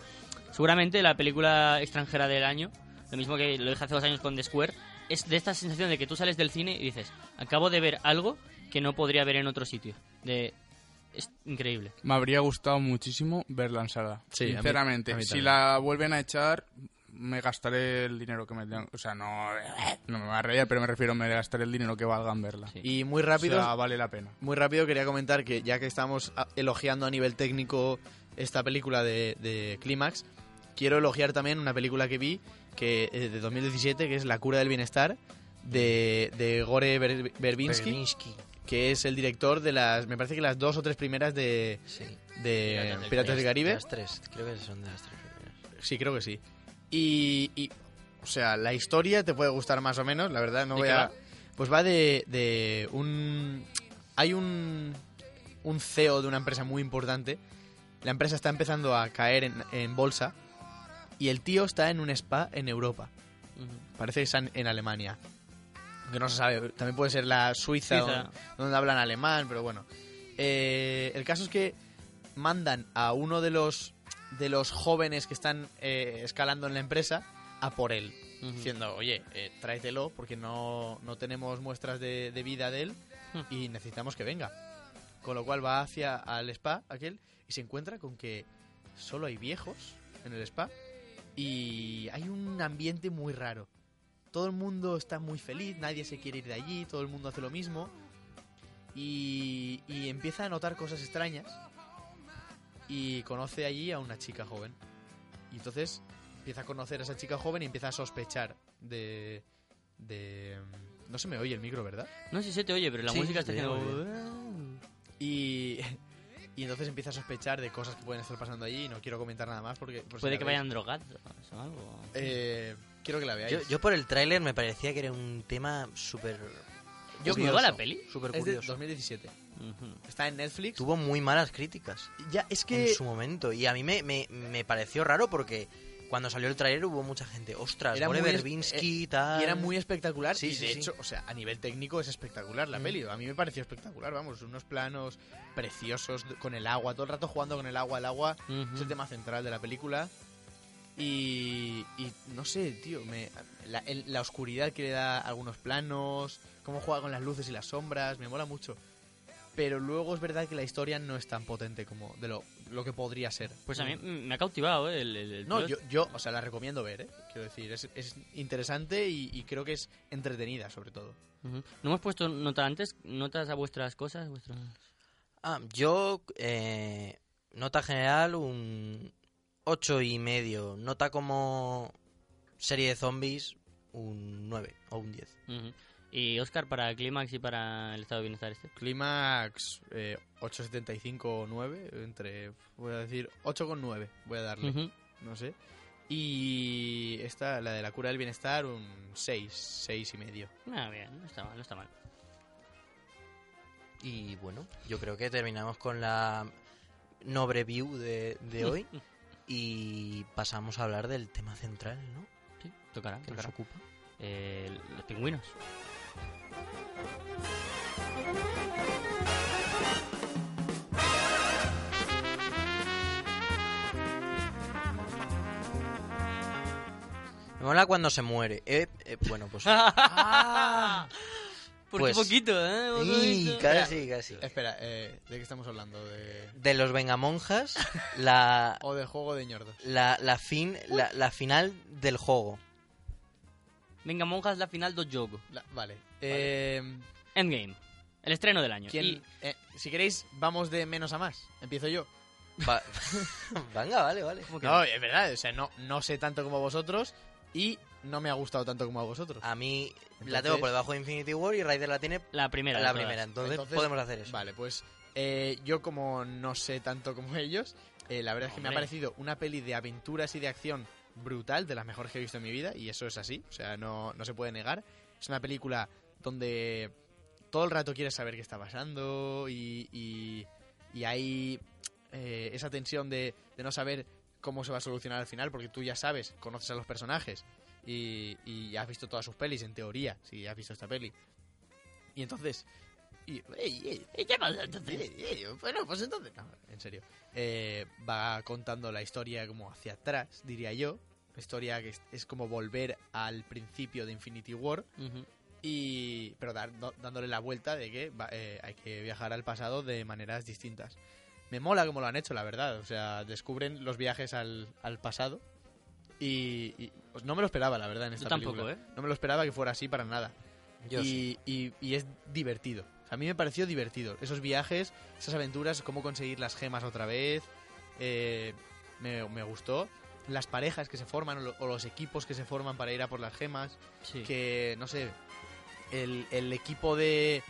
Speaker 5: seguramente la película extranjera del año, lo mismo que lo dije hace dos años con The Square, es de esta sensación de que tú sales del cine y dices, acabo de ver algo que no podría ver en otro sitio. De... Es increíble.
Speaker 8: Me habría gustado muchísimo verla en sala.
Speaker 4: Sí, a mí-
Speaker 8: sinceramente.
Speaker 4: a mí
Speaker 8: si
Speaker 4: también.
Speaker 8: la vuelven a echar, me gastaré el dinero que me... O sea, no, no me va a reír, pero me refiero, me gastaré el dinero que valgan verla.
Speaker 5: Sí.
Speaker 4: Y muy
Speaker 8: O
Speaker 4: rápido,
Speaker 8: sea, vale la pena.
Speaker 4: muy rápido quería comentar que ya que estamos a- elogiando a nivel técnico esta película de, de Clímax, quiero elogiar también una película que vi que eh, de 2017 que es La cura del bienestar de, de Gore Ber- Verbinski,
Speaker 3: Berlinski,
Speaker 4: que es el director de las, me parece que las dos o tres primeras de,
Speaker 3: sí.
Speaker 4: de
Speaker 3: Las-
Speaker 4: Eh, Piratas del Caribe.
Speaker 3: Las tres, creo que son de las tres. primeras.
Speaker 4: Sí, creo que sí. Y, y, o sea, la historia te puede gustar más o menos, la verdad, no
Speaker 5: ¿De
Speaker 4: voy
Speaker 5: qué
Speaker 4: a...
Speaker 5: va?
Speaker 4: Pues va de, de un... Hay un, un CEO de una empresa muy importante. La empresa está empezando a caer en, en bolsa. Y el tío está en un spa en Europa. Parece que está en, en Alemania. Que no se sabe. También puede ser la Suiza,
Speaker 5: Suiza.
Speaker 4: Donde, donde hablan alemán, pero bueno. Eh, el caso es que mandan a uno de los de los jóvenes que están eh, escalando en la empresa a por él.
Speaker 5: Ujú.
Speaker 4: Diciendo, oye, eh, tráetelo porque no, no tenemos muestras de, de vida de él
Speaker 5: Hmm.
Speaker 4: y necesitamos que venga. Con lo cual va hacia al spa aquel y se encuentra con que solo hay viejos en el spa y hay un ambiente muy raro. Todo el mundo está muy feliz, nadie se quiere ir de allí, todo el mundo hace lo mismo y, y empieza a notar cosas extrañas y conoce allí a una chica joven. Y entonces empieza a conocer a esa chica joven y empieza a sospechar de... de no se me oye el micro, ¿verdad?
Speaker 5: No sé si se te oye, pero la
Speaker 3: Sí,
Speaker 5: música
Speaker 3: se
Speaker 5: está
Speaker 3: te
Speaker 5: haciendo...
Speaker 3: oye
Speaker 4: Y, y entonces empieza a sospechar de cosas que pueden estar pasando allí. Y no quiero comentar nada más porque. por si
Speaker 5: Puede
Speaker 4: la
Speaker 5: que
Speaker 4: veis.
Speaker 5: vayan drogados o algo.
Speaker 4: Eh, quiero que la veáis.
Speaker 3: Yo, yo por el tráiler me parecía que era un tema súper...
Speaker 5: ¿Es nueva la peli?
Speaker 3: Súper
Speaker 4: Es de
Speaker 3: curioso.
Speaker 4: 2017.
Speaker 5: Ujú.
Speaker 4: Está en Netflix.
Speaker 3: Tuvo muy malas críticas.
Speaker 4: Ya, es
Speaker 3: en
Speaker 4: que.
Speaker 3: su momento. Y a mí me, me- me pareció raro porque Cuando salió el trailer hubo mucha gente. Ostras,
Speaker 4: Era
Speaker 3: Gore
Speaker 4: muy es-
Speaker 3: Verbinski,
Speaker 4: eh,
Speaker 3: tal.
Speaker 4: Y era muy espectacular.
Speaker 3: Sí,
Speaker 4: y
Speaker 3: sí,
Speaker 4: de
Speaker 3: sí. Mm.
Speaker 4: hecho, o sea, a nivel técnico es espectacular la peli. A mí me pareció espectacular, vamos. Unos planos preciosos d- con el agua, todo el rato jugando con el agua. El agua
Speaker 3: Mm.
Speaker 5: Ujú.
Speaker 4: es el tema central de la película. Y, y no sé, tío, me, la, el- la oscuridad que le da a algunos planos, cómo juega con las luces y las sombras, me mola mucho. Pero luego es verdad que la historia no es tan potente como de lo, lo que podría ser.
Speaker 5: Pues a mí mm, me ha cautivado eh, el, el- el
Speaker 4: No,
Speaker 5: plot.
Speaker 4: yo, yo, o sea, la recomiendo ver, ¿eh? Quiero decir, es, es interesante y, y creo que es entretenida, sobre todo.
Speaker 5: Ujú. ¿No hemos puesto nota antes? ¿Notas a vuestras cosas? vuestros-
Speaker 3: Ah, yo, eh, nota general, un ocho y medio. Nota como serie de zombies, un 9 o un 10.
Speaker 5: Ujú. Y Oscar, para Clímax y para el estado de bienestar este.
Speaker 4: Clímax eh, 875 o 9, entre, voy a decir, 8,9 voy a darle,
Speaker 5: Ujú.
Speaker 4: no sé. Y esta, la de la cura del bienestar, un 6, 6 y medio.
Speaker 5: Ah, bien, no está mal, no está mal.
Speaker 3: Y bueno, yo creo que terminamos con la nobre view de, de [LAUGHS] hoy y pasamos a hablar del tema central, ¿no?
Speaker 5: Sí, tocará,
Speaker 3: Que nos
Speaker 5: tocará.
Speaker 3: ocupa.
Speaker 5: Eh, los pingüinos.
Speaker 3: Me mola cuando se muere. Eh, eh, bueno, [LAUGHS] pues...
Speaker 5: Por
Speaker 3: Pues-
Speaker 5: qué poquito, ¿eh? Poco
Speaker 3: Y
Speaker 5: poquito.
Speaker 3: casi, casi.
Speaker 4: Espera, eh, ¿de qué estamos hablando? De...
Speaker 3: De los Vengamonjas, la,
Speaker 4: O de juego de ñordos.
Speaker 3: la, la, fin, la, la final del juego.
Speaker 5: Venga, monjas, la final do juego.
Speaker 4: La- vale. Eh,
Speaker 5: Endgame. El estreno del año.
Speaker 4: ¿quién-
Speaker 5: Y
Speaker 4: eh, si queréis, vamos de menos a más. Empiezo yo.
Speaker 3: Va- [LAUGHS] Venga, vale, vale.
Speaker 4: No, es verdad, o sea, no, no sé tanto como vosotros y no me ha gustado tanto como a vosotros.
Speaker 3: A mí la
Speaker 4: Entonces-
Speaker 3: tengo por debajo de Infinity War y Raider la tiene
Speaker 5: la primera. de
Speaker 3: la
Speaker 5: todas.
Speaker 3: primera. Entonces, podemos hacer eso.
Speaker 4: Vale, pues eh, yo como no sé tanto como [LAUGHS] ellos, eh, la verdad es que me ha
Speaker 5: Hombre.
Speaker 4: parecido una peli de aventuras y de acción brutal, de las mejores que he visto en mi vida, y eso es así, o sea, no, no se puede negar. Es una película donde todo el rato quieres saber qué está pasando y, y, y hay eh, esa tensión de, de no saber cómo se va a solucionar al final, porque tú ya sabes, conoces a los personajes y, y has visto todas sus pelis, en teoría, si has visto esta peli. Y entonces... Y, ey, ey,
Speaker 5: ¿Y qué pasa entonces?
Speaker 4: Sí, sí, bueno, pues entonces. No, en serio. Eh, va contando la historia como hacia atrás, diría yo. La historia que es, es como volver al principio de Infinity War.
Speaker 5: Ujú.
Speaker 4: Y. Pero dar- do- dándole la vuelta de que va- eh, hay que viajar al pasado de maneras distintas. Me mola como lo han hecho, la verdad. O sea, descubren los viajes al, al pasado. Y, y, pues, no me lo esperaba, la verdad, en esta
Speaker 5: tampoco,
Speaker 4: película.
Speaker 5: ¿eh?
Speaker 4: No me lo esperaba que fuera así para nada
Speaker 3: Yo
Speaker 4: y,
Speaker 3: sí.
Speaker 4: y- y es divertido. A mí me pareció divertido. Esos viajes, esas aventuras, cómo conseguir las gemas otra vez. eh, me, me gustó. Las parejas que se forman o, lo- o los equipos que se forman para ir a por las gemas.
Speaker 5: Sí.
Speaker 4: Que, no sé, el, el equipo de,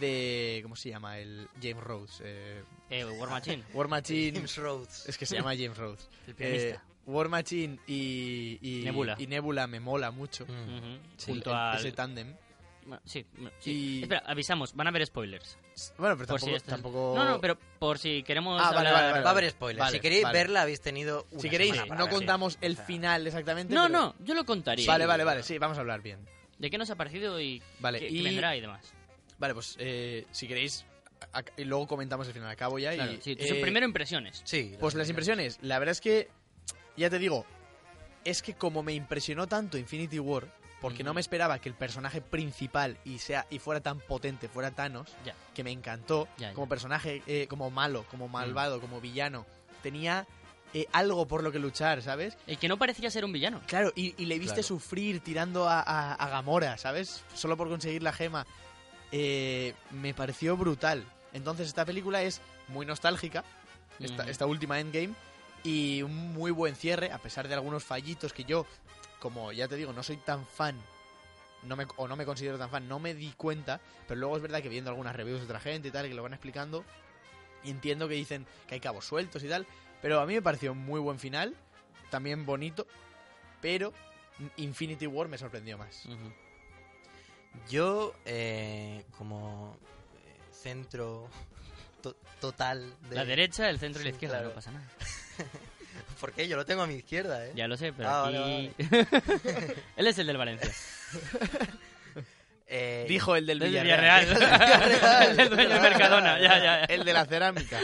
Speaker 4: de... ¿Cómo se llama? El James Rhodes. eh,
Speaker 5: Eh, War Machine.
Speaker 4: War Machine...
Speaker 3: James Rhodes.
Speaker 4: es que se llama James
Speaker 5: [LAUGHS]
Speaker 4: Rhodes.
Speaker 5: El pianista.
Speaker 4: Eh, War Machine y, y-
Speaker 5: Nebula.
Speaker 4: y Nebula me mola mucho.
Speaker 3: Mm.
Speaker 5: Ujú.
Speaker 4: Sí,
Speaker 5: Junto
Speaker 4: el-
Speaker 5: al-
Speaker 4: Ese tándem.
Speaker 5: Bueno, Sí, bueno, sí.
Speaker 4: Y-
Speaker 5: Espera, avisamos, van a haber spoilers.
Speaker 4: Bueno, pero
Speaker 5: Por si
Speaker 4: tampoco...
Speaker 5: este-
Speaker 4: tampoco...
Speaker 5: No, no, pero por si queremos
Speaker 4: Ah, vale,
Speaker 5: hablar...
Speaker 4: vale,
Speaker 3: Va a haber spoilers.
Speaker 4: Vale,
Speaker 3: si queréis
Speaker 4: vale.
Speaker 3: verla, habéis tenido. una
Speaker 4: Si queréis,
Speaker 3: semana para
Speaker 4: no
Speaker 3: verla.
Speaker 4: contamos
Speaker 3: [LAUGHS]
Speaker 4: el final exactamente.
Speaker 5: No,
Speaker 4: pero-
Speaker 5: no, yo lo contaría.
Speaker 4: Vale, vale, vale, sí, vamos a hablar bien.
Speaker 5: ¿De qué nos ha parecido y
Speaker 4: Vale,
Speaker 5: qué, qué
Speaker 4: y-
Speaker 5: vendrá y demás?
Speaker 4: Vale, pues eh, si queréis, a- a- y luego comentamos el final. Acabo ya
Speaker 5: Claro,
Speaker 4: y.
Speaker 5: sí,
Speaker 4: eh,
Speaker 5: tus primero impresiones.
Speaker 3: Sí.
Speaker 4: Pues las impresiones, la verdad es que, ya te digo, es que como me impresionó tanto Infinity War, porque no
Speaker 5: Ujú.
Speaker 4: me esperaba que el personaje principal y sea y fuera tan potente, fuera Thanos,
Speaker 5: Ya.
Speaker 4: que me encantó
Speaker 5: Ya, Mm. ya.
Speaker 4: como personaje, eh, como malo, como malvado, como villano, tenía eh, algo por lo que luchar, ¿sabes?
Speaker 5: El que no parecía ser un villano.
Speaker 4: Claro, y, y le viste
Speaker 3: Claro.
Speaker 4: sufrir tirando a, a- a Gamora, ¿sabes? Solo por conseguir la gema. Eh, me pareció brutal. Entonces esta película es muy nostálgica, esta,
Speaker 5: Ujú.
Speaker 4: esta última Endgame, y un muy buen cierre, a pesar de algunos fallitos que yo, como ya te digo, no soy tan fan, no me, o no me considero tan fan, no me di cuenta, pero luego es verdad que viendo algunas reviews de otra gente y tal, que lo van explicando, entiendo que dicen que hay cabos sueltos y tal, pero a mí me pareció un muy buen final, también bonito, pero Infinity War me sorprendió más.
Speaker 5: Ujú.
Speaker 3: Yo, eh, como eh, centro to- total de.
Speaker 5: La derecha, el centro y la
Speaker 3: Sí,
Speaker 5: izquierda,
Speaker 3: claro.
Speaker 5: no pasa nada.
Speaker 3: ¿Por qué? Yo lo tengo a mi izquierda, ¿eh?
Speaker 5: Ya lo sé, pero
Speaker 3: Ah,
Speaker 5: aquí...
Speaker 3: vale,
Speaker 5: [LAUGHS] Él es el del Valencia.
Speaker 3: Eh,
Speaker 4: Dijo el del
Speaker 5: Del
Speaker 4: Villarreal.
Speaker 5: Villarreal.
Speaker 3: [LAUGHS]
Speaker 5: [LAUGHS] El del dueño del Mercadona. Ya, ya, ya.
Speaker 4: [LAUGHS] El de la cerámica.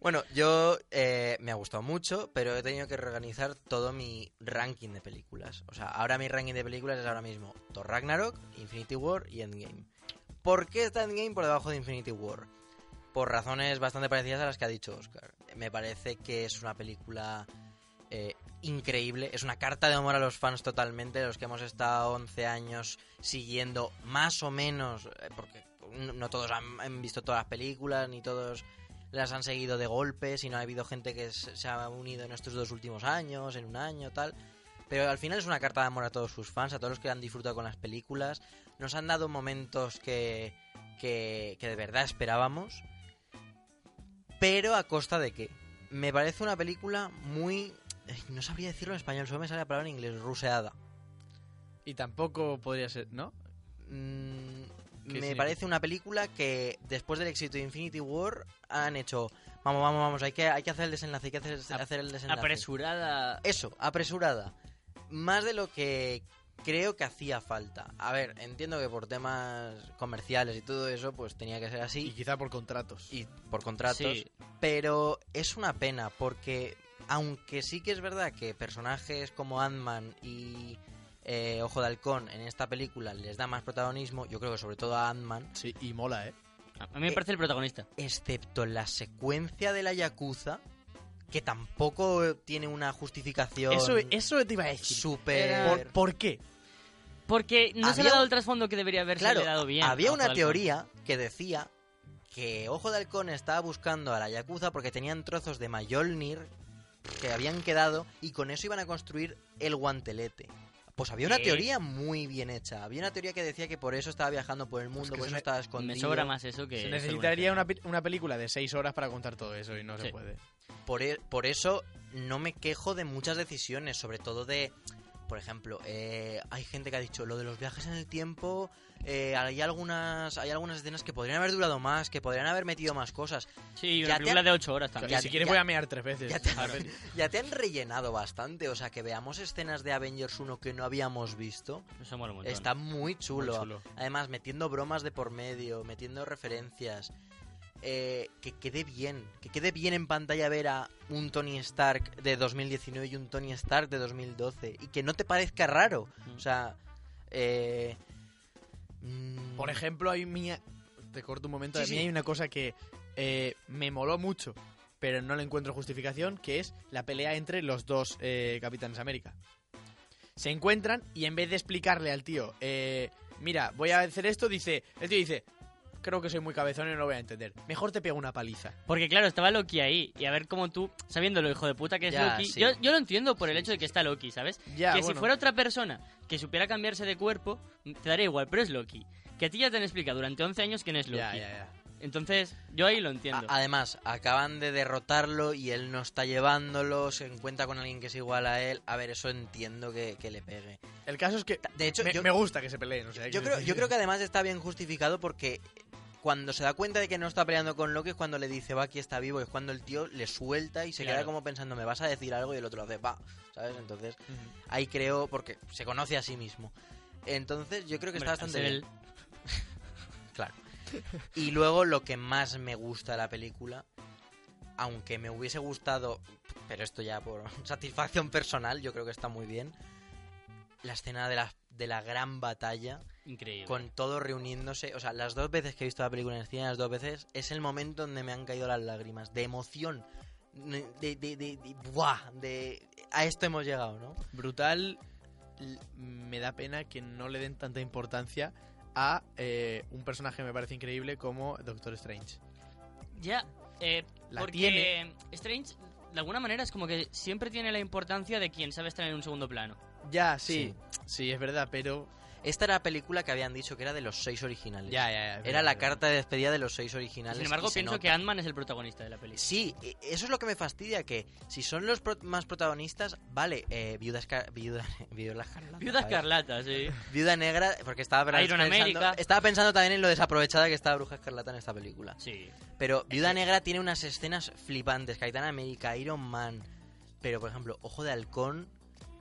Speaker 3: Bueno, yo eh, me ha gustado mucho, pero he tenido que reorganizar todo mi ranking de películas. O sea, ahora mi ranking de películas es ahora mismo Thor Ragnarok, Infinity War y Endgame. ¿Por qué está Endgame por debajo de Infinity War? Por razones bastante parecidas a las que ha dicho Oscar. Me parece que es una película eh, increíble, es una carta de amor a los fans totalmente, los que hemos estado 11 años siguiendo más o menos, eh, porque no no todos han- han visto todas las películas, ni todos las han seguido de golpe, si no ha habido gente que se se ha unido en estos dos últimos años, en un año, tal. Pero al final es una carta de amor a todos sus fans, a todos los que han disfrutado con las películas. Nos han dado momentos que, que, que de verdad esperábamos. Pero a costa de qué? Me parece una película muy... eh, No sabría decirlo en español, solo me sale la palabra en inglés, ruseada.
Speaker 4: Y tampoco podría ser, ¿no?
Speaker 3: Mm,
Speaker 4: ¿Qué
Speaker 3: me
Speaker 4: significa?
Speaker 3: parece una película que después del éxito de Infinity War han hecho vamos vamos vamos hay que hay que hacer el desenlace hay que hacer,
Speaker 5: Ap-
Speaker 3: hacer el desenlace
Speaker 5: Apresurada...
Speaker 3: eso apresurada más de lo que creo que hacía falta a ver entiendo que por temas comerciales y todo eso pues tenía que ser
Speaker 4: Y
Speaker 3: así
Speaker 4: quizá por contratos.
Speaker 3: y por contratos
Speaker 5: Sí.
Speaker 3: pero es una pena porque aunque sí que es verdad que personajes como Ant-Man y eh, Ojo de Halcón en esta película les da más protagonismo, yo creo que sobre todo a Ant-Man,
Speaker 4: Sí, y mola, ¿eh?
Speaker 5: A mí me parece el protagonista.
Speaker 3: excepto en la secuencia de la Yakuza, que tampoco tiene una justificación
Speaker 4: Eso, eso te iba a decir.
Speaker 3: súper...
Speaker 4: ¿Por, por qué?
Speaker 5: Porque no
Speaker 3: Había
Speaker 5: se le ha dado
Speaker 3: un-
Speaker 5: el trasfondo que debería haberse
Speaker 3: Claro,
Speaker 5: le dado bien.
Speaker 3: había
Speaker 5: a
Speaker 3: una
Speaker 5: Falcon.
Speaker 3: teoría que decía que Ojo de Halcón estaba buscando a la Yakuza porque tenían trozos de Mjolnir que habían quedado y con eso iban a construir el guantelete. Pues había una
Speaker 5: ¿Qué?
Speaker 3: teoría muy bien hecha. Había una teoría que decía que por eso estaba viajando por el mundo,
Speaker 4: que
Speaker 3: por
Speaker 4: se
Speaker 3: eso
Speaker 4: me-
Speaker 3: estaba escondido.
Speaker 5: Me sobra más eso que...
Speaker 4: Se
Speaker 5: ser
Speaker 4: necesitaría una, pe- una película de seis horas para contar todo eso y no se
Speaker 5: Sí.
Speaker 4: puede.
Speaker 3: Por, e- por eso no me quejo de muchas decisiones, sobre todo de... Por ejemplo, eh, hay gente que ha dicho lo de los viajes en el tiempo. eh, hay algunas hay algunas escenas que podrían haber durado más, que podrían haber metido más cosas.
Speaker 5: Sí,
Speaker 3: Ya
Speaker 5: una
Speaker 3: te
Speaker 5: película
Speaker 3: ha-
Speaker 5: de 8 horas
Speaker 4: Y
Speaker 5: también.
Speaker 3: Ya-
Speaker 4: si quieres
Speaker 3: ya-
Speaker 4: voy a mear tres veces.
Speaker 3: ya te-
Speaker 4: A ver.
Speaker 3: Ya te han rellenado bastante, o sea, que veamos escenas de Avengers 1 que no habíamos visto.
Speaker 5: Eso mola un montón.
Speaker 3: Está muy chulo.
Speaker 4: Muy chulo.
Speaker 3: Además, metiendo bromas de por medio, metiendo referencias. Eh, que quede bien, que quede bien en pantalla ver a un Tony Stark de 2019 y un Tony Stark de 2012. Y que no te parezca raro.
Speaker 5: Mm.
Speaker 3: O sea, eh, mm,
Speaker 4: Por ejemplo, hay mía. Te corto un momento.
Speaker 3: Sí,
Speaker 4: a mí
Speaker 3: sí.
Speaker 4: hay una cosa que eh, me moló mucho, pero no le encuentro justificación, que es la pelea entre los dos eh, Capitanes América. Se encuentran y en vez de explicarle al tío, eh, mira, voy a hacer esto, dice. El tío dice, creo que soy muy cabezón y no lo voy a entender. Mejor te pego una paliza.
Speaker 5: Porque claro, estaba Loki ahí. Y a ver cómo tú, sabiéndolo, hijo de puta que es
Speaker 3: Ya,
Speaker 5: Loki.
Speaker 3: sí.
Speaker 5: Yo, yo lo entiendo por el hecho de que está Loki, ¿sabes?
Speaker 4: Ya,
Speaker 5: que si
Speaker 4: bueno.
Speaker 5: fuera otra persona que supiera cambiarse de cuerpo, te daría igual, pero es Loki. Que a ti ya te han explicado durante 11 años quién es Loki.
Speaker 4: Ya, ya, ya.
Speaker 5: Entonces, yo ahí lo entiendo.
Speaker 3: A- Además, acaban de derrotarlo y él no está llevándolo, se encuentra con alguien que es igual a él. A ver, eso entiendo que, que le pegue.
Speaker 4: El caso es que.
Speaker 3: De hecho,
Speaker 4: me,
Speaker 3: yo,
Speaker 4: me gusta que se peleen. o sea,
Speaker 3: yo
Speaker 4: que-
Speaker 3: creo, yo creo que además está bien justificado porque cuando se da cuenta de que no está peleando con Loki es cuando le dice, va, aquí está vivo, es cuando el tío le suelta y se
Speaker 5: Claro.
Speaker 3: queda como pensando, me vas a decir algo y el otro lo hace, va, ¿sabes? Entonces, ahí creo, porque se conoce a sí mismo. Entonces, yo creo que está
Speaker 5: Hombre, al
Speaker 3: bastante
Speaker 5: ser
Speaker 3: bien.
Speaker 5: el-
Speaker 3: Claro. Y luego lo que más me gusta de la película, aunque me hubiese gustado, pero esto ya por [LAUGHS] satisfacción personal, yo creo que está muy bien, la escena de la, de la gran batalla,
Speaker 5: Increíble.
Speaker 3: con todo reuniéndose, o sea, las dos veces que he visto la película en el cine, las dos veces, es el momento donde me han caído las lágrimas, de emoción, de... de, de, de- de- ¡buah! de a esto hemos llegado, ¿no?
Speaker 4: brutal. l- Me da pena que no le den tanta importancia a eh, un personaje que me parece increíble como Doctor Strange.
Speaker 5: Ya, eh,
Speaker 4: La
Speaker 5: porque
Speaker 4: tiene.
Speaker 5: Strange, de alguna manera, es como que siempre tiene la importancia de quien sabe estar en un segundo plano.
Speaker 4: Ya, sí, sí, es verdad, pero
Speaker 3: Esta era la película que habían dicho que era de los seis originales.
Speaker 4: Ya, ya, ya.
Speaker 3: Era la carta de despedida de los seis originales.
Speaker 5: Sin embargo,
Speaker 3: y se
Speaker 5: pienso
Speaker 3: nota.
Speaker 5: que Ant-Man es el protagonista de la
Speaker 3: [LAUGHS]
Speaker 5: película.
Speaker 3: Sí, e- eso es lo que me fastidia, que si son los pro- más protagonistas, vale, eh, Viuda, Esca- Viuda, [LAUGHS] Viuda Escarlata,
Speaker 5: Viuda
Speaker 3: joder.
Speaker 5: Escarlata, sí.
Speaker 3: Viuda Negra, porque estaba pens-
Speaker 5: Iron
Speaker 3: pensando,
Speaker 5: America.
Speaker 3: estaba pensando también en lo desaprovechada que estaba Bruja Escarlata en esta película.
Speaker 5: Sí.
Speaker 3: Pero Viuda Negra tiene unas escenas flipantes, Capitán América, Iron Man, pero por ejemplo, Ojo de Halcón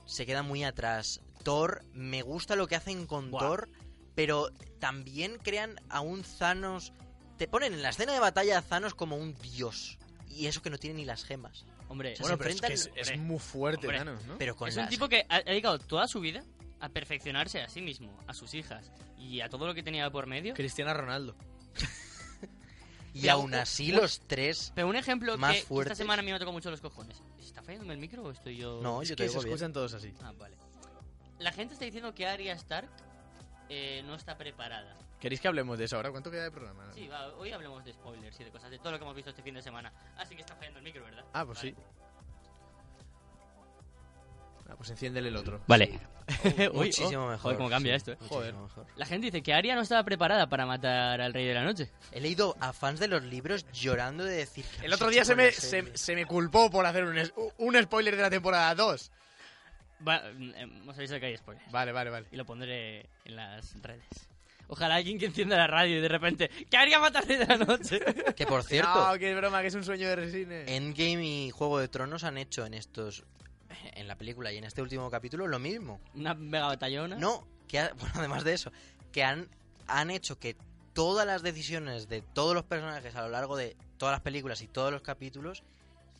Speaker 3: se queda muy atrás. Thor, me gusta lo que hacen con
Speaker 5: Buah.
Speaker 3: Thor, pero también crean a un Thanos, te ponen en la escena de batalla a Thanos como un dios. Y eso que no tiene ni las gemas.
Speaker 5: Hombre,
Speaker 3: O sea, se
Speaker 4: Bueno, pero es que es,
Speaker 3: enfrentan-
Speaker 4: es
Speaker 5: Hombre.
Speaker 4: muy fuerte,
Speaker 5: Hombre.
Speaker 4: Thanos, ¿no?
Speaker 3: Pero con
Speaker 5: ¿Eh? es
Speaker 3: las
Speaker 5: un tipo que ha ha dedicado toda su vida a perfeccionarse a sí mismo, a sus hijas y a todo lo que tenía por medio.
Speaker 4: Cristiana Ronaldo.
Speaker 3: Y
Speaker 5: Pero
Speaker 3: aún
Speaker 5: un-
Speaker 3: así
Speaker 5: un-
Speaker 3: los tres...
Speaker 5: Pero un ejemplo
Speaker 3: Más
Speaker 5: que
Speaker 3: fuertes.
Speaker 5: esta semana a mí me ha tocado mucho los cojones. ¿Está fallándome el micro o estoy yo...?
Speaker 3: No,
Speaker 4: Es
Speaker 3: yo te
Speaker 4: que se
Speaker 3: digo bien.
Speaker 4: escuchan todos así.
Speaker 5: Ah, vale. La gente está diciendo que Arya Stark eh, no está preparada.
Speaker 4: ¿Queréis que hablemos de eso ahora? ¿Cuánto queda de programa?
Speaker 5: Sí, va, hoy hablemos de spoilers y de cosas, de todo lo que hemos visto este fin de semana. Así que está fallando el micro, ¿verdad?
Speaker 4: Ah, pues
Speaker 5: Vale.
Speaker 4: sí. Ah, pues enciéndele
Speaker 3: [LAUGHS]
Speaker 4: el otro.
Speaker 5: Vale. Uy,
Speaker 3: Muchísimo
Speaker 5: oh,
Speaker 3: mejor.
Speaker 5: joder, cómo cambia esto, eh.
Speaker 3: muchísimo
Speaker 4: Joder.
Speaker 3: mejor.
Speaker 5: La gente dice que Arya no estaba preparada para matar al Rey de la Noche.
Speaker 3: He leído a fans de los libros llorando de decir... que
Speaker 4: El
Speaker 3: habéis
Speaker 4: otro día
Speaker 3: hecho
Speaker 4: se
Speaker 3: con
Speaker 4: me,
Speaker 3: la
Speaker 4: se,
Speaker 3: serie.
Speaker 4: se me culpó por hacer un, es- un spoiler de la temporada 2.
Speaker 5: Va, mm, em, os aviso que hay spoilers.
Speaker 4: Vale, vale, vale.
Speaker 5: Y lo pondré en las redes. Ojalá alguien que encienda la radio y de repente... ¡Que Arya mata al Rey de la Noche!
Speaker 3: Que
Speaker 5: [LAUGHS]
Speaker 3: por cierto...
Speaker 5: Ah,
Speaker 4: No, que es broma, que es un sueño de resine.
Speaker 3: Endgame y Juego de Tronos han hecho en estos en la película y en este último capítulo lo mismo.
Speaker 5: Una mega batallona.
Speaker 3: No, que ha- [LAUGHS] bueno, además de eso, que han han hecho que todas las decisiones de todos los personajes a lo largo de todas las películas y todos los capítulos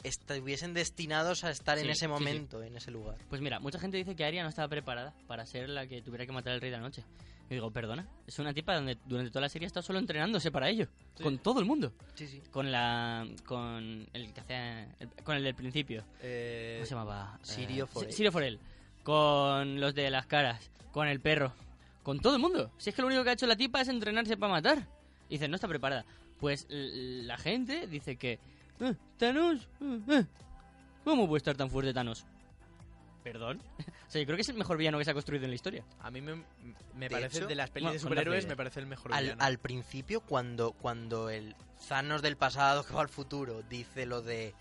Speaker 3: estuviesen destinados a estar en
Speaker 5: Sí,
Speaker 3: ese
Speaker 5: sí, sí.
Speaker 3: momento, en ese lugar.
Speaker 5: Pues mira, mucha gente dice que Arya no estaba preparada para ser la que tuviera que matar al rey de la noche. Y digo, perdona, es una tipa donde durante toda la serie está solo entrenándose para ello. Con todo el mundo.
Speaker 3: Sí, sí.
Speaker 5: Con la. Con el que hacía. el- con el del principio.
Speaker 4: Eh,
Speaker 5: ¿Cómo se llamaba?
Speaker 3: Sirio
Speaker 5: Eh,
Speaker 3: Forel.
Speaker 5: Si- Sirio Forel. Con los de las caras. Con el perro. Con todo el mundo. Si es que lo único que ha hecho la tipa es entrenarse para matar. Y dicen, no está preparada. Pues l- la gente dice que. "Ah, Thanos. ah, ah, ¿Cómo puede estar tan fuerte Thanos? Perdón. [LAUGHS] o sea, yo creo que es el mejor villano que se ha construido en la historia.
Speaker 4: a mí me,
Speaker 3: De
Speaker 4: me parece,
Speaker 3: hecho-
Speaker 4: de las pelis
Speaker 5: Bueno,
Speaker 4: de
Speaker 5: con Darth
Speaker 4: superhéroes,
Speaker 5: Vader.
Speaker 4: me parece el mejor
Speaker 3: Al,
Speaker 4: villano.
Speaker 3: al principio cuando cuando el Thanos del pasado que va al futuro dice lo de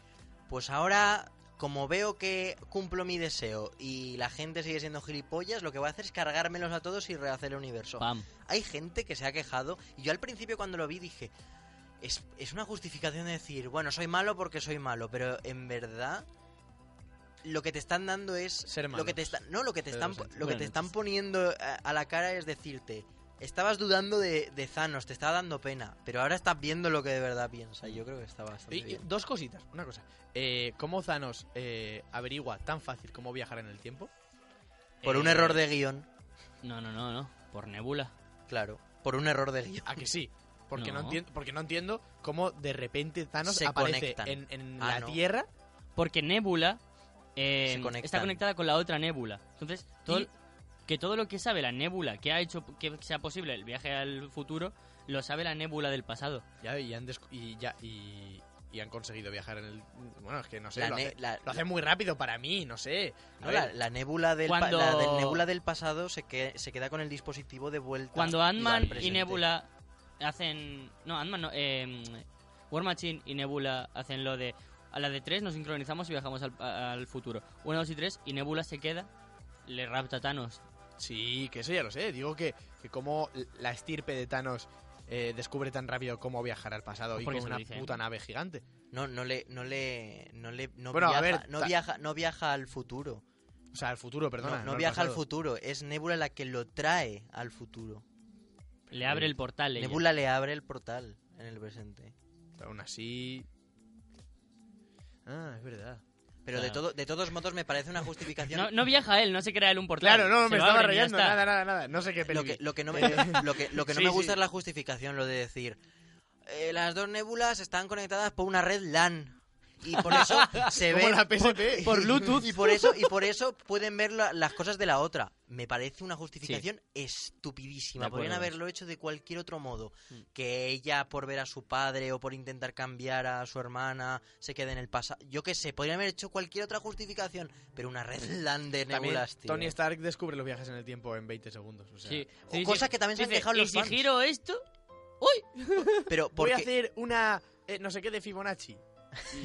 Speaker 3: pues ahora como veo que cumplo mi deseo y la gente sigue siendo gilipollas, lo que voy a hacer es cargármelos a todos y rehacer el universo.
Speaker 5: Pam.
Speaker 3: Hay gente que se ha quejado y yo al principio cuando lo vi dije, es, es una justificación de decir, bueno, soy malo porque soy malo, pero en verdad lo que te están dando es
Speaker 4: Ser
Speaker 3: lo que te
Speaker 4: malos.
Speaker 3: están no lo que te
Speaker 4: Pero
Speaker 3: están
Speaker 4: lo
Speaker 3: po-
Speaker 4: siento.
Speaker 3: lo que
Speaker 5: Bueno,
Speaker 3: te están
Speaker 5: entonces-
Speaker 3: poniendo a, a la cara es decirte estabas dudando de, de Thanos te estaba dando pena pero ahora estás viendo lo que de verdad piensa y yo creo que está bastante
Speaker 4: Y- y
Speaker 3: bien
Speaker 4: dos cositas. Una cosa. Eh, ¿Cómo Thanos eh, averigua tan fácil cómo viajar en el tiempo?
Speaker 3: por un
Speaker 5: Eh,
Speaker 3: error de guión
Speaker 5: No, no, no, no. Por Nebula.
Speaker 3: claro por un error de guión
Speaker 4: ¿A que sí? Porque no,
Speaker 5: No.
Speaker 4: entiendo, porque no entiendo cómo de repente Thanos
Speaker 3: Se
Speaker 4: aparece
Speaker 3: conectan.
Speaker 4: en, en
Speaker 3: Ah,
Speaker 4: la
Speaker 3: no.
Speaker 4: Tierra.
Speaker 5: Porque Nebula eh,
Speaker 3: Se conectan.
Speaker 5: está conectada con la otra Nebula. Entonces, todo-
Speaker 4: Y-
Speaker 5: que todo lo que sabe la Nebula que ha hecho que sea posible el viaje al futuro, lo sabe la Nebula del pasado.
Speaker 3: Ah,
Speaker 4: Ya, y han, descu- y ya, y, y han conseguido viajar en el... Bueno, es que no sé,
Speaker 3: La
Speaker 4: lo,
Speaker 3: ne-
Speaker 4: hace,
Speaker 3: la-
Speaker 4: lo hace muy rápido para mí, no sé. A
Speaker 3: No,
Speaker 4: ver,
Speaker 3: la, la nébula del, pa-
Speaker 5: Cuando-
Speaker 3: la del nebula del pasado se, que- se queda con el dispositivo de vuelta.
Speaker 5: Cuando
Speaker 3: va al
Speaker 5: Ant-Man y
Speaker 3: presente.
Speaker 5: Nebula hacen... No, Ant-Man no. eh, War Machine y Nebula hacen lo de... A la de tres nos sincronizamos y viajamos al, a- al futuro. Una, dos y tres. Y Nebula se queda. Le rapta a Thanos.
Speaker 4: Sí, que eso ya lo sé. Digo que, que cómo la estirpe de Thanos eh, descubre tan rápido cómo viajar al pasado
Speaker 3: Pues
Speaker 4: y
Speaker 5: Porque
Speaker 4: con
Speaker 5: se lo
Speaker 4: una
Speaker 5: dicen.
Speaker 4: puta nave gigante.
Speaker 3: No, no le. No le. No le. No,
Speaker 4: Bueno, a
Speaker 3: viaja,
Speaker 4: ver,
Speaker 3: no,
Speaker 4: ta-
Speaker 3: viaja, no viaja al futuro.
Speaker 4: O sea, al futuro, perdona.
Speaker 3: no no
Speaker 4: al
Speaker 3: viaja al
Speaker 4: pasado.
Speaker 3: futuro. Es Nebula la que lo trae al futuro.
Speaker 5: Le abre el portal. ella.
Speaker 3: Nebula le abre el portal en el presente.
Speaker 4: Pero aún así... Ah, es verdad.
Speaker 3: Pero de,
Speaker 5: Claro.
Speaker 3: todo, de todos modos me
Speaker 5: [LAUGHS]
Speaker 3: parece una justificación.
Speaker 5: No, no viaja él, no se crea él un portal.
Speaker 4: Claro, no,
Speaker 5: Se
Speaker 4: me
Speaker 5: lo
Speaker 4: estaba
Speaker 5: abren y ya
Speaker 4: rayando.
Speaker 5: está.
Speaker 4: Nada, nada, nada. No sé qué peli. Eh.
Speaker 3: lo que, lo que
Speaker 4: [LAUGHS]
Speaker 3: no me, [LAUGHS] lo que, lo que no
Speaker 4: Sí,
Speaker 3: me gusta
Speaker 4: sí.
Speaker 3: es la justificación, lo de decir. eh, las dos nébulas están conectadas por una red LAN. y por
Speaker 4: [LAUGHS]
Speaker 3: eso se
Speaker 4: Como
Speaker 3: ve
Speaker 4: la PSP.
Speaker 3: por [LAUGHS] Bluetooth y por eso y por eso pueden ver la- las cosas de la otra. Me parece una justificación
Speaker 5: De
Speaker 3: estupidísima.
Speaker 5: acuerdo.
Speaker 3: Podrían haberlo hecho de cualquier otro modo.
Speaker 4: Mm.
Speaker 3: Que ella por ver a su padre o por intentar cambiar a su hermana se quede en el pasado. Yo qué sé, podrían haber hecho cualquier otra justificación, pero una
Speaker 4: [LAUGHS]
Speaker 3: red land de
Speaker 4: También
Speaker 3: nebulas, tío.
Speaker 4: Tony Stark descubre los viajes en el tiempo en 20 segundos. O sea,
Speaker 5: Sí.
Speaker 3: O
Speaker 5: Sí, sí.
Speaker 3: cosas que también se han
Speaker 5: Dice,
Speaker 3: quejado
Speaker 5: ¿y
Speaker 3: los
Speaker 5: si
Speaker 3: fans.
Speaker 5: giro esto? ¡Uy!
Speaker 3: Pero
Speaker 4: Voy
Speaker 3: porque
Speaker 4: a hacer una eh, no sé qué de Fibonacci.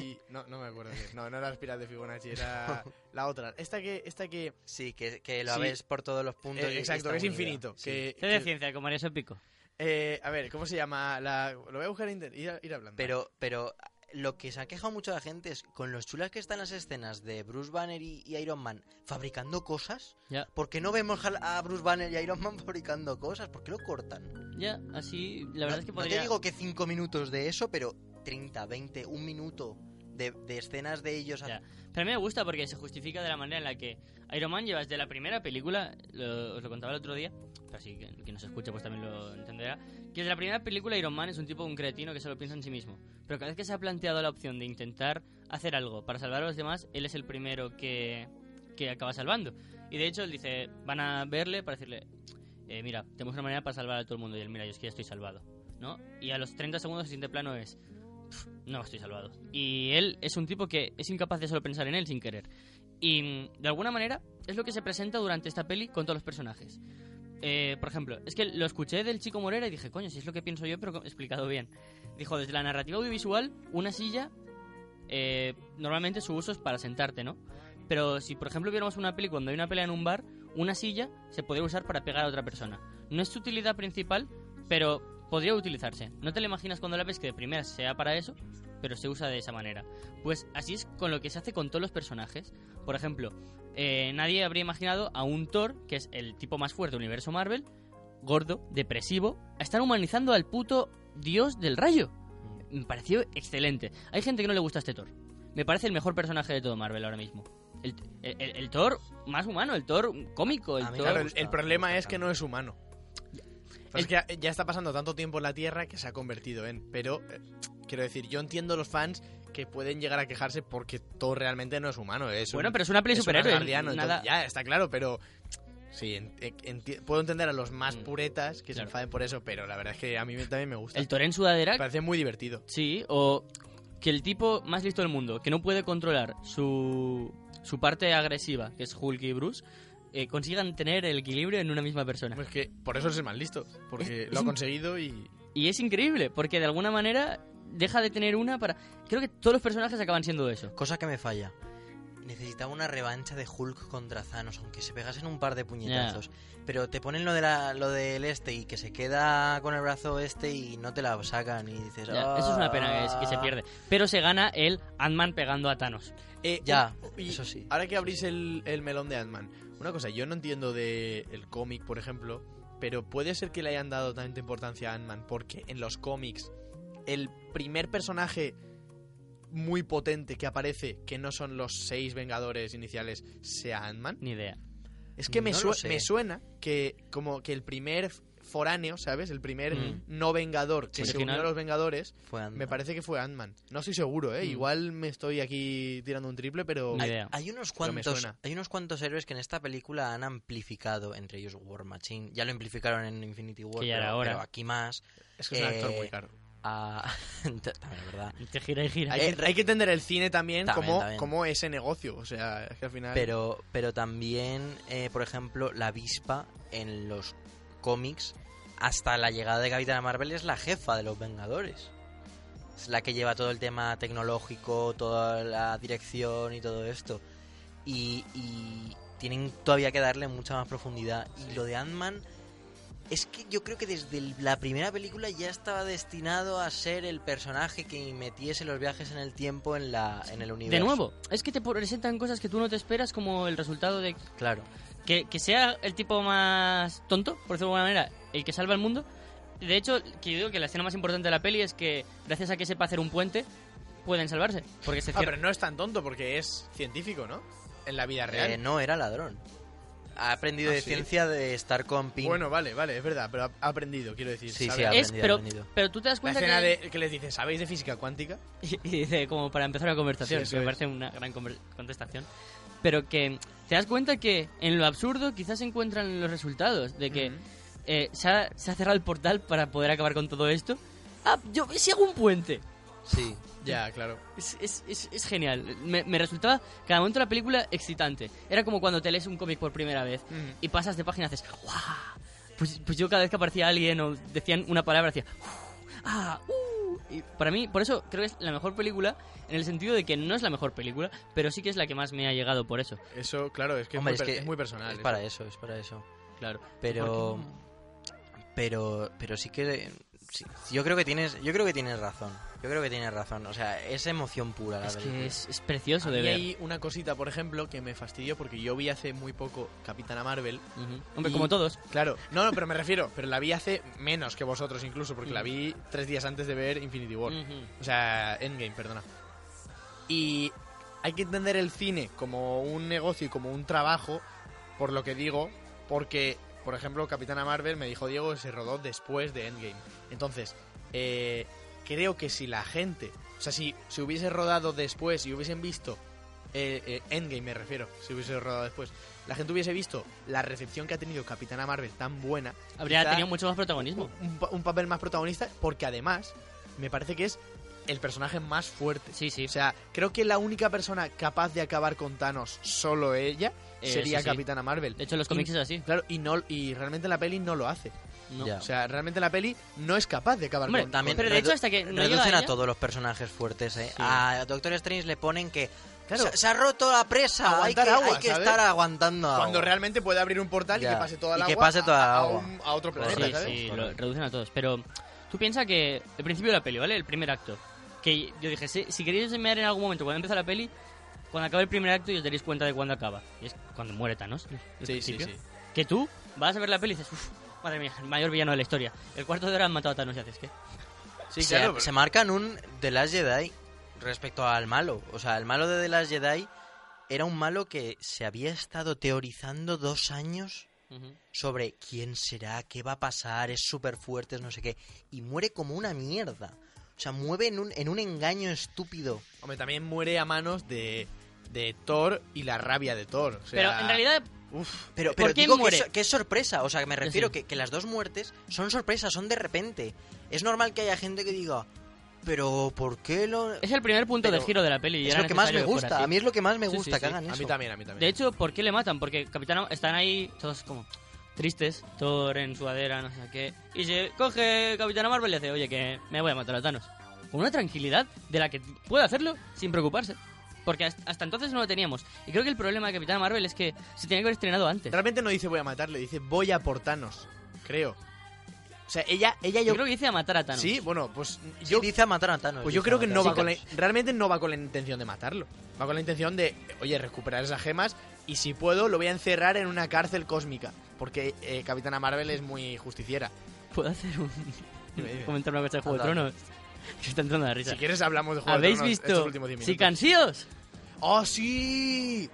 Speaker 4: Y no, no me acuerdo bien. No, no era la espiral de
Speaker 3: [LAUGHS]
Speaker 4: Fibonacci, era la otra. Esta que esta que eh,
Speaker 3: sí que, que lo
Speaker 5: Sí.
Speaker 3: ves por todos los puntos. y- y está
Speaker 4: exacto, que es
Speaker 3: muy bien.
Speaker 4: infinito, que-
Speaker 5: Sé de
Speaker 4: que-
Speaker 5: ciencia, como María Pico.
Speaker 4: eh, a ver, ¿cómo se llama? La, lo voy a buscar e inter- ir, ir hablando.
Speaker 3: Pero, pero lo que se ha quejado mucho la gente es con los chulas que están las escenas de Bruce Banner y, y Iron Man fabricando cosas.
Speaker 5: Ya.
Speaker 3: ¿Por qué no vemos al- a Bruce Banner y Iron Man [LAUGHS] fabricando cosas? ¿Por qué lo cortan?
Speaker 5: Ya, así, la verdad
Speaker 3: no,
Speaker 5: es que
Speaker 3: no
Speaker 5: podría...
Speaker 3: te digo que 5 minutos de eso, pero 30, 20, un minuto de, de escenas de ellos.
Speaker 5: Ya. Pero a mí me gusta porque se justifica de la manera en la que Iron Man lleva desde la primera película, lo- os lo contaba el otro día, pero así que quien nos escuche pues también lo entenderá, que desde la primera película Iron Man es un tipo, un cretino que solo piensa en sí mismo. Pero cada vez que se ha planteado la opción de intentar hacer algo para salvar a los demás, él es el primero que, que acaba salvando. Y de hecho él dice, van a verle para decirle, eh, mira, tenemos una manera para salvar a todo el mundo. Y él, mira, yo es que ya estoy salvado, ¿no? Y a los 30 segundos el siguiente plano es, "Pf, no, estoy salvado. Y él es un tipo que es incapaz de solo pensar en él sin querer. Y mm, de alguna manera es lo que se presenta durante esta peli con todos los personajes. Eh, por ejemplo, es que lo escuché del chico Morera y dije, coño, si es lo que pienso yo, pero co- explicado bien. Dijo, desde la narrativa audiovisual, una silla, eh, normalmente su uso es para sentarte, ¿no? Pero si, por ejemplo, viéramos una peli cuando hay una pelea en un bar, una silla se podría usar para pegar a otra persona. No es su utilidad principal, pero podría utilizarse. No te lo imaginas cuando la ves que de primera sea para eso, pero se usa de esa manera. Pues así es con lo que se hace con todos los personajes. Por ejemplo, eh, nadie habría imaginado a un Thor, que es el tipo más fuerte del universo Marvel, gordo, depresivo, a estar humanizando al puto dios del rayo. Me pareció excelente. Hay gente que no le gusta este Thor. Me parece el mejor personaje de todo Marvel ahora mismo. El, el- el- el Thor más humano, el Thor cómico, el
Speaker 3: A mí,
Speaker 5: Thor...
Speaker 4: Claro,
Speaker 3: me
Speaker 4: el,
Speaker 3: gusta,
Speaker 4: el problema
Speaker 3: me gusta
Speaker 4: es que no es humano. Pues es que ya, ya está pasando tanto tiempo en la Tierra que se ha convertido en. Pero, eh, quiero decir, yo entiendo los fans que pueden llegar a quejarse porque todo realmente no es humano. Es
Speaker 5: Bueno,
Speaker 4: un-
Speaker 5: pero es una peli
Speaker 4: es un
Speaker 5: superhéroe.
Speaker 4: asgardiano,
Speaker 5: nada-
Speaker 4: entonces, ya, está claro, pero. Sí, en- enti- puedo entender a los más
Speaker 5: Mm.
Speaker 4: puretas que
Speaker 5: Claro.
Speaker 4: se enfaden por eso, pero la verdad es que a mí también me gusta.
Speaker 5: El Thor en sudadera,
Speaker 4: Me parece muy divertido.
Speaker 5: Sí, o que el tipo más listo del mundo, que no puede controlar su, su parte agresiva, que es Hulk y Bruce, eh, consigan tener el equilibrio en una misma persona.
Speaker 4: Es Pues que por eso es el más listo, porque lo ha conseguido y.
Speaker 5: Y es increíble, porque de alguna manera deja de tener una para... Creo que todos los personajes acaban siendo eso.
Speaker 3: Cosa que me falla. Necesitaba una revancha de Hulk contra Thanos, aunque se pegasen un par de puñetazos. Pero te ponen lo de la, lo del este y que se queda con el brazo este y no te la sacan y dices...
Speaker 5: Ya, eso es una pena que, es- que se
Speaker 3: "Ah".
Speaker 5: pierde. Pero se gana el Ant-Man pegando a Thanos.
Speaker 4: Eh,
Speaker 3: Ya,
Speaker 4: y-
Speaker 3: eso sí.
Speaker 4: Ahora que abrís el, el melón de Ant-Man, una cosa, yo no entiendo de el cómic, por ejemplo, pero puede ser que le hayan dado tanta importancia a Ant-Man, porque en los cómics, el primer personaje muy potente que aparece, que no son los seis Vengadores iniciales, sea Ant-Man.
Speaker 5: Ni idea.
Speaker 4: Es que me,
Speaker 3: No
Speaker 4: sue-
Speaker 3: lo sé.
Speaker 4: me suena que como que el primer foráneo, ¿sabes? El primer
Speaker 5: Mm.
Speaker 4: no Vengador que
Speaker 5: Sí.
Speaker 4: se unió a
Speaker 5: Original.
Speaker 4: los Vengadores,
Speaker 3: Fue Ant-Man.
Speaker 4: me parece que fue Ant-Man. No estoy seguro, ¿eh?
Speaker 5: Mm.
Speaker 4: Igual me estoy aquí tirando un triple, pero...
Speaker 5: Ni
Speaker 3: Hay-
Speaker 5: idea.
Speaker 3: Hay, unos
Speaker 4: Pero me
Speaker 3: cuantos,
Speaker 4: suena.
Speaker 3: hay unos cuantos héroes que en esta película han amplificado, entre ellos War Machine. Ya lo amplificaron en Infinity War,
Speaker 5: Que ya era
Speaker 3: pero,
Speaker 5: hora.
Speaker 3: pero aquí más.
Speaker 4: Es que es un actor
Speaker 3: Eh,
Speaker 4: muy caro.
Speaker 3: A... [LAUGHS] También es verdad.
Speaker 5: Y te gira y gira. Eh,
Speaker 4: Hay, que, hay que entender el cine también,
Speaker 3: También,
Speaker 4: como,
Speaker 3: también.
Speaker 4: como ese negocio. O sea, es que al final.
Speaker 3: Pero, pero también, eh, por ejemplo, la avispa en los cómics, hasta la llegada de Capitana Marvel, es la jefa de los Vengadores. Es la que lleva todo el tema tecnológico, toda la dirección y todo esto. Y, y tienen todavía que darle mucha más profundidad. Y lo de Ant-Man es que yo creo que desde el- la primera película ya estaba destinado a ser el personaje que metiese los viajes en el tiempo en, la, en el universo.
Speaker 5: De nuevo, es que te presentan cosas que tú no te esperas como el resultado de
Speaker 3: Claro.
Speaker 5: que, que sea el tipo más tonto, por decirlo de alguna manera, el que salva el mundo. De hecho, que yo digo que la escena más importante de la peli es que gracias a que sepa hacer un puente pueden salvarse, porque se
Speaker 4: Ah, pero
Speaker 5: cierra.
Speaker 4: no es tan tonto porque es científico, ¿no? En la vida real.
Speaker 3: Eh, no, era Eh, ladrón. ha aprendido
Speaker 4: ¿Ah,
Speaker 3: de
Speaker 4: sí?
Speaker 3: ciencia de estar con Pin.
Speaker 4: Bueno, vale, vale, es verdad, pero ha ha aprendido, quiero decir.
Speaker 3: Sí,
Speaker 4: sabe
Speaker 3: sí,
Speaker 4: algo.
Speaker 3: ha
Speaker 5: Es,
Speaker 3: aprendido,
Speaker 5: pero,
Speaker 3: aprendido.
Speaker 5: pero tú te das
Speaker 4: La
Speaker 5: cuenta
Speaker 4: escena
Speaker 5: que...
Speaker 4: de, que les dice, ¿sabéis de física cuántica?
Speaker 5: [LAUGHS] y dice como para empezar una conversación,
Speaker 4: Sí, eso
Speaker 5: que me
Speaker 4: es.
Speaker 5: parece una gran conver- contestación, pero que te das cuenta que en lo absurdo quizás se encuentran los resultados, de que eh, se, ha, se ha cerrado el portal para poder acabar con todo esto. Ah, yo si hago un puente.
Speaker 3: Sí.
Speaker 4: Ya, claro.
Speaker 5: Es, es- es- es genial. Me, me resultaba cada momento de la película excitante. Era como cuando te lees un cómic por primera vez
Speaker 4: Ujú.
Speaker 5: y pasas de página y haces ¡guau! Pues, pues yo cada vez que aparecía alguien o decían una palabra hacía "Uh, ¡ah! uh". Y para mí, por eso creo que es la mejor película en el sentido de que no es la mejor película, pero sí que es la que más me ha llegado por eso.
Speaker 4: Eso, claro, es que,
Speaker 3: Hombre,
Speaker 4: es, muy per- es muy personal.
Speaker 3: Es
Speaker 4: eso.
Speaker 3: para eso, es para eso.
Speaker 5: Claro.
Speaker 3: Pero. Pero. Pero sí que. sí, yo creo que tienes. Yo creo que tienes razón. Yo creo que tienes razón. O sea, es emoción pura la
Speaker 5: Es
Speaker 3: película.
Speaker 5: que es, es precioso
Speaker 4: A
Speaker 5: de
Speaker 4: mí
Speaker 5: ver.
Speaker 4: hay una cosita, por ejemplo, que me fastidió porque yo vi hace muy poco Capitana Marvel.
Speaker 5: Ujú. Hombre,
Speaker 4: y-
Speaker 5: como todos.
Speaker 4: Claro, no, no, pero me refiero, pero la vi hace menos que vosotros incluso, porque la vi tres días antes de ver Infinity War.
Speaker 5: Ujú.
Speaker 4: O sea, Endgame, perdona. Y hay que entender el cine como un negocio y como un trabajo, por lo que digo, porque, por ejemplo, Capitana Marvel, me dijo Diego, se rodó después de Endgame. Entonces, eh, creo que si la gente, o sea, si se hubiese rodado después y hubiesen visto, eh, eh, Endgame me refiero, si hubiese rodado después, la gente hubiese visto la recepción que ha tenido Capitana Marvel tan buena,
Speaker 5: Habría
Speaker 4: quizá-
Speaker 5: tenido mucho más protagonismo.
Speaker 4: un, pa- un papel más protagonista, porque además me parece que es el personaje más fuerte.
Speaker 5: Sí, sí.
Speaker 4: O sea, creo que la única persona capaz de acabar con Thanos, solo ella,
Speaker 5: Eh,
Speaker 4: sería
Speaker 5: sí, sí.
Speaker 4: Capitana Marvel.
Speaker 5: de hecho, en los cómics es así.
Speaker 4: Claro, y no y realmente la peli no lo hace.
Speaker 5: No.
Speaker 3: Ya.
Speaker 4: O sea, realmente la peli no es capaz de acabar
Speaker 5: Hombre,
Speaker 4: con
Speaker 3: También
Speaker 5: Pero de hecho,
Speaker 3: redu-
Speaker 5: hasta que no llega
Speaker 3: reducen
Speaker 5: ella-
Speaker 3: a todos los personajes fuertes, ¿eh? A Doctor Strange le ponen que.
Speaker 4: Claro.
Speaker 3: Se, se ha roto la presa. Hay que,
Speaker 4: Aguantar agua,
Speaker 3: hay que
Speaker 4: ¿sabes?
Speaker 3: estar aguantando agua.
Speaker 4: cuando realmente puede abrir un portal
Speaker 3: Ya.
Speaker 4: y que pase toda
Speaker 3: Y
Speaker 4: la
Speaker 3: que pase toda el
Speaker 4: a,
Speaker 3: agua.
Speaker 4: un- a otro planeta,
Speaker 5: Sí,
Speaker 4: ¿sabes?
Speaker 5: sí,
Speaker 3: Correcto.
Speaker 5: lo reducen a todos. Pero tú piensas que el principio de la peli, ¿vale? El primer acto. Que yo dije, si, si queréis enviar en algún momento, cuando empieza la peli, cuando acabe el primer acto y os daréis cuenta de cuándo acaba. Y es cuando muere Thanos. el
Speaker 4: Sí, sí,
Speaker 5: principio.
Speaker 4: sí.
Speaker 5: Que tú vas a ver la peli y dices, uff, madre mía, el mayor villano de la historia. El cuarto de hora han matado a Thanos y haces, ¿qué?
Speaker 4: Sí,
Speaker 3: se,
Speaker 4: claro, pero-
Speaker 3: se marcan un The Last Jedi respecto al malo. O sea, el malo de The Last Jedi era un malo que se había estado teorizando dos años sobre quién será, qué va a pasar, es súper fuerte, es no sé qué. Y muere como una mierda. O sea, mueve en un, en un engaño estúpido.
Speaker 4: Hombre, también muere a manos de, de Thor y la rabia de Thor. O sea,
Speaker 5: Pero en realidad,
Speaker 4: uf,
Speaker 3: Pero,
Speaker 5: ¿Por
Speaker 3: pero
Speaker 5: qué
Speaker 3: digo que
Speaker 5: muere?
Speaker 3: es, que es sorpresa. O sea, me refiero
Speaker 5: Sí.
Speaker 3: que, que las dos muertes son sorpresas, son de repente. Es normal que haya gente que diga, pero ¿por qué lo...?
Speaker 5: es el primer punto
Speaker 3: Pero
Speaker 5: de giro de la peli. [LAUGHS] y
Speaker 3: Es
Speaker 5: era
Speaker 3: lo que más me
Speaker 5: necesario fuera
Speaker 3: gusta.
Speaker 5: así.
Speaker 3: A mí es lo que más me
Speaker 5: Sí, sí,
Speaker 3: gusta
Speaker 5: sí.
Speaker 3: que hagan
Speaker 4: a
Speaker 3: eso.
Speaker 4: mí también, a mí también.
Speaker 5: Ah, De hecho, ¿por qué le matan? Porque Capitán están ahí todos como tristes, Thor en sudadera, no sé qué. Y se coge Capitana Marvel y le dice, oye, que me voy a matar a Thanos. Con una tranquilidad de la que puede hacerlo sin preocuparse. Porque hasta hasta entonces no lo teníamos. Y creo que el problema de Capitana Marvel es que se tenía que haber estrenado antes.
Speaker 4: Realmente no dice voy a matarle, dice voy a por Thanos, creo. O sea, ella, ella
Speaker 5: Yo
Speaker 4: yo,
Speaker 5: creo que dice a matar a Thanos.
Speaker 4: Sí, bueno, pues
Speaker 3: Sí,
Speaker 4: yo,
Speaker 3: dice a matar a Thanos.
Speaker 4: pues yo
Speaker 3: dice
Speaker 4: creo
Speaker 3: a
Speaker 4: que
Speaker 3: matar
Speaker 4: no
Speaker 3: a
Speaker 4: va con la,
Speaker 3: Thanos.
Speaker 4: realmente no va con la intención de matarlo. Va con la intención de, oye, recuperar esas gemas y si puedo lo voy a encerrar en una cárcel cósmica, porque eh, Capitana Marvel es muy justiciera.
Speaker 5: ¿Puedo hacer
Speaker 4: [LAUGHS]
Speaker 5: un...
Speaker 4: Dime, dime.
Speaker 5: comentar una cosa de Juego de
Speaker 3: Anda.
Speaker 5: Tronos? [LAUGHS] Que está entrando la risa.
Speaker 4: Si quieres hablamos de juego de
Speaker 5: ¿Habéis
Speaker 4: Tronos estos
Speaker 5: visto?
Speaker 4: últimos 10 minutos.
Speaker 5: ¡Sí, cansíos!
Speaker 4: ¡Oh, sí!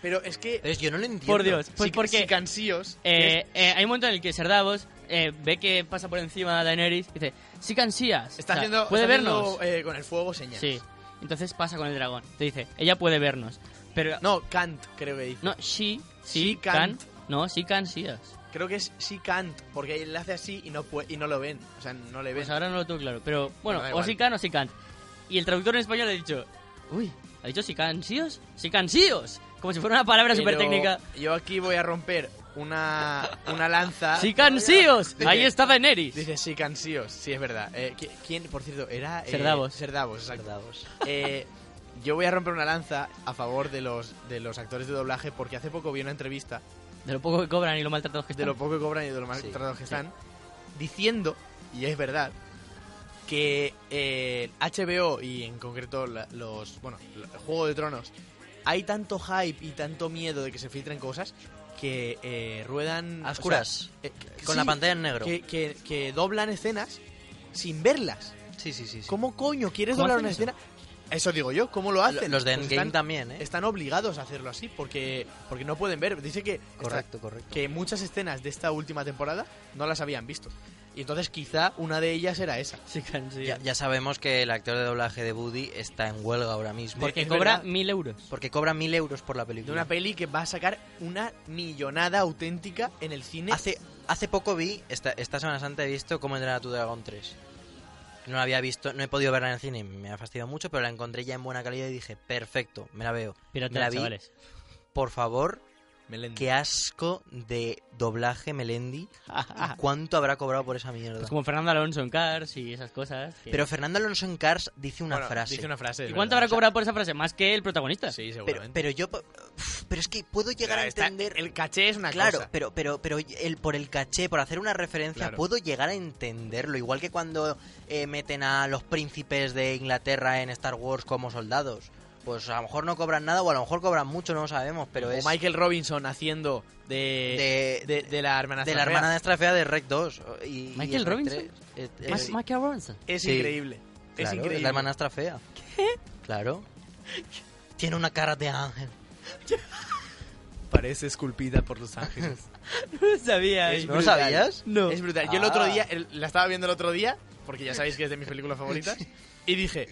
Speaker 4: Pero es que
Speaker 3: Entonces, yo no lo entiendo.
Speaker 5: Por Dios. Pues
Speaker 4: si-
Speaker 5: porque...
Speaker 4: si Cansíos
Speaker 5: Eh, eh, hay un momento en el que Ser Davos eh, ve que pasa por encima de Daenerys y dice, sí cansías.
Speaker 4: está
Speaker 5: O sea,
Speaker 4: haciendo
Speaker 5: puede
Speaker 4: está
Speaker 5: vernos.
Speaker 4: haciendo, eh, con el fuego señal.
Speaker 5: sí. Entonces pasa con el dragón. Te dice, ella puede vernos. Pero no,
Speaker 4: No, Kant creo que dice.
Speaker 5: she, sí,
Speaker 4: She can't.
Speaker 5: can't. No, sí cansías.
Speaker 4: Creo que es sí Kant, porque él le hace así y no pue- y no lo ven, o sea, no le ven.
Speaker 5: Pues ahora no lo tengo claro. Pero bueno,
Speaker 4: Bueno, da
Speaker 5: o
Speaker 4: igual.
Speaker 5: sí can o sí can't. Y el traductor en español ha dicho, uy, ha dicho sí cansíos, sí cansíos. Como si fuera una palabra súper
Speaker 4: Pero
Speaker 5: técnica.
Speaker 4: Yo aquí voy a romper una, una lanza.
Speaker 5: [LAUGHS] Sí cansíos.
Speaker 4: Dice-
Speaker 5: Ahí está Daenerys.
Speaker 4: Dice sí, cansíos. Sí, es verdad. Eh, qui- ¿Quién, por cierto, era? eh,
Speaker 5: Ser Davos.
Speaker 4: Ser Davos, exacto.
Speaker 3: Davos.
Speaker 4: Eh, yo voy a romper una lanza a favor de los, de los actores de doblaje porque hace poco vi una entrevista
Speaker 5: De lo poco que cobran y lo maltratados que
Speaker 4: de
Speaker 5: están.
Speaker 4: lo poco que cobran y de lo mal
Speaker 3: Sí,
Speaker 4: tratados que están diciendo, y es verdad, que eh, HBO y en concreto la- los. Bueno, el Juego de Tronos, hay tanto hype y tanto miedo de que se filtren cosas que eh, ruedan.
Speaker 3: A
Speaker 4: o
Speaker 3: oscuras.
Speaker 4: sea, eh, que-
Speaker 3: Con
Speaker 4: sí,
Speaker 3: la pantalla en negro.
Speaker 4: Que, que- que doblan escenas sin verlas.
Speaker 3: Sí, sí, sí. sí.
Speaker 4: ¿Cómo coño quieres
Speaker 5: ¿Cómo
Speaker 4: doblar
Speaker 5: hacen
Speaker 4: una
Speaker 5: eso?
Speaker 4: escena? Eso digo yo, ¿cómo lo hacen?
Speaker 3: Los de
Speaker 4: Pues
Speaker 3: Endgame
Speaker 4: están-
Speaker 3: también, ¿eh?
Speaker 4: Están obligados a hacerlo así porque, porque no pueden ver. Dice que, esta-
Speaker 3: Correcto, correcto.
Speaker 4: que muchas escenas de esta última temporada no las habían visto. Y entonces quizá una de ellas era esa.
Speaker 5: Sí, claro, sí.
Speaker 3: Ya, ya sabemos que el actor de doblaje de Woody está en huelga ahora mismo.
Speaker 5: Porque
Speaker 4: es
Speaker 5: cobra
Speaker 4: verdad.
Speaker 5: mil euros.
Speaker 3: Porque cobra mil euros por la
Speaker 4: De
Speaker 3: película.
Speaker 4: una peli que va a sacar una millonada auténtica en el cine.
Speaker 3: Hace, hace poco vi, esta, esta Semana Santa he visto cómo entrenar a tu dragón 3. No la había visto, no he podido verla en el cine, me ha fastidiado mucho, pero la encontré ya en buena calidad y dije, perfecto, me la veo.
Speaker 5: Pírate,
Speaker 3: me la vi.
Speaker 5: chavales.
Speaker 3: Por favor,
Speaker 4: Melendi.
Speaker 3: qué asco de doblaje Melendi.
Speaker 4: Ah.
Speaker 3: ¿Y ¿Cuánto habrá cobrado por esa mierda?
Speaker 5: Pues como Fernando Alonso en Cars y esas cosas. que-
Speaker 3: Pero Fernando Alonso en Cars dice una
Speaker 4: Bueno,
Speaker 3: frase.
Speaker 4: Dice una frase. es
Speaker 5: ¿Y cuánto
Speaker 4: verdad.
Speaker 5: habrá cobrado por esa frase? Más que el protagonista.
Speaker 4: Sí,
Speaker 3: pero,
Speaker 4: seguramente.
Speaker 3: pero yo... po- uf, Pero es que puedo llegar a
Speaker 4: Claro, está-
Speaker 3: entender...
Speaker 4: el caché es una
Speaker 3: Claro,
Speaker 4: cosa.
Speaker 3: pero, pero, pero el, por el caché, por hacer una referencia,
Speaker 4: Claro.
Speaker 3: puedo llegar a entenderlo. Igual que cuando eh, meten a los príncipes de Inglaterra en Star Wars como soldados. Pues a lo mejor no cobran nada o a lo mejor cobran mucho, no lo sabemos, pero
Speaker 4: o
Speaker 3: es
Speaker 4: Michael Robinson haciendo de
Speaker 3: de,
Speaker 4: de, de la hermana
Speaker 3: de la
Speaker 4: Ferrer.
Speaker 3: hermana de Estrafea de Rec 2. y- Y,
Speaker 5: ¿Michael
Speaker 3: es Rec
Speaker 5: Robinson?
Speaker 3: 3. Es- es-
Speaker 5: Más- más que Aronson.
Speaker 4: es
Speaker 3: Sí.
Speaker 4: increíble es
Speaker 3: claro,
Speaker 4: increíble
Speaker 3: la hermana Estrafea.
Speaker 5: [LAUGHS]
Speaker 3: Claro. Tiene una cara de ángel.
Speaker 4: parece esculpida por
Speaker 3: [LAUGHS]
Speaker 4: los ángeles
Speaker 5: [LAUGHS] No sabía. eh.
Speaker 4: Es
Speaker 3: ¿No lo
Speaker 4: brutal.
Speaker 3: sabías?
Speaker 5: No.
Speaker 4: es brutal yo el otro
Speaker 3: Ah.
Speaker 4: día el- la estaba viendo el otro día porque ya sabéis que es de mis
Speaker 3: [LAUGHS]
Speaker 4: películas favoritas y dije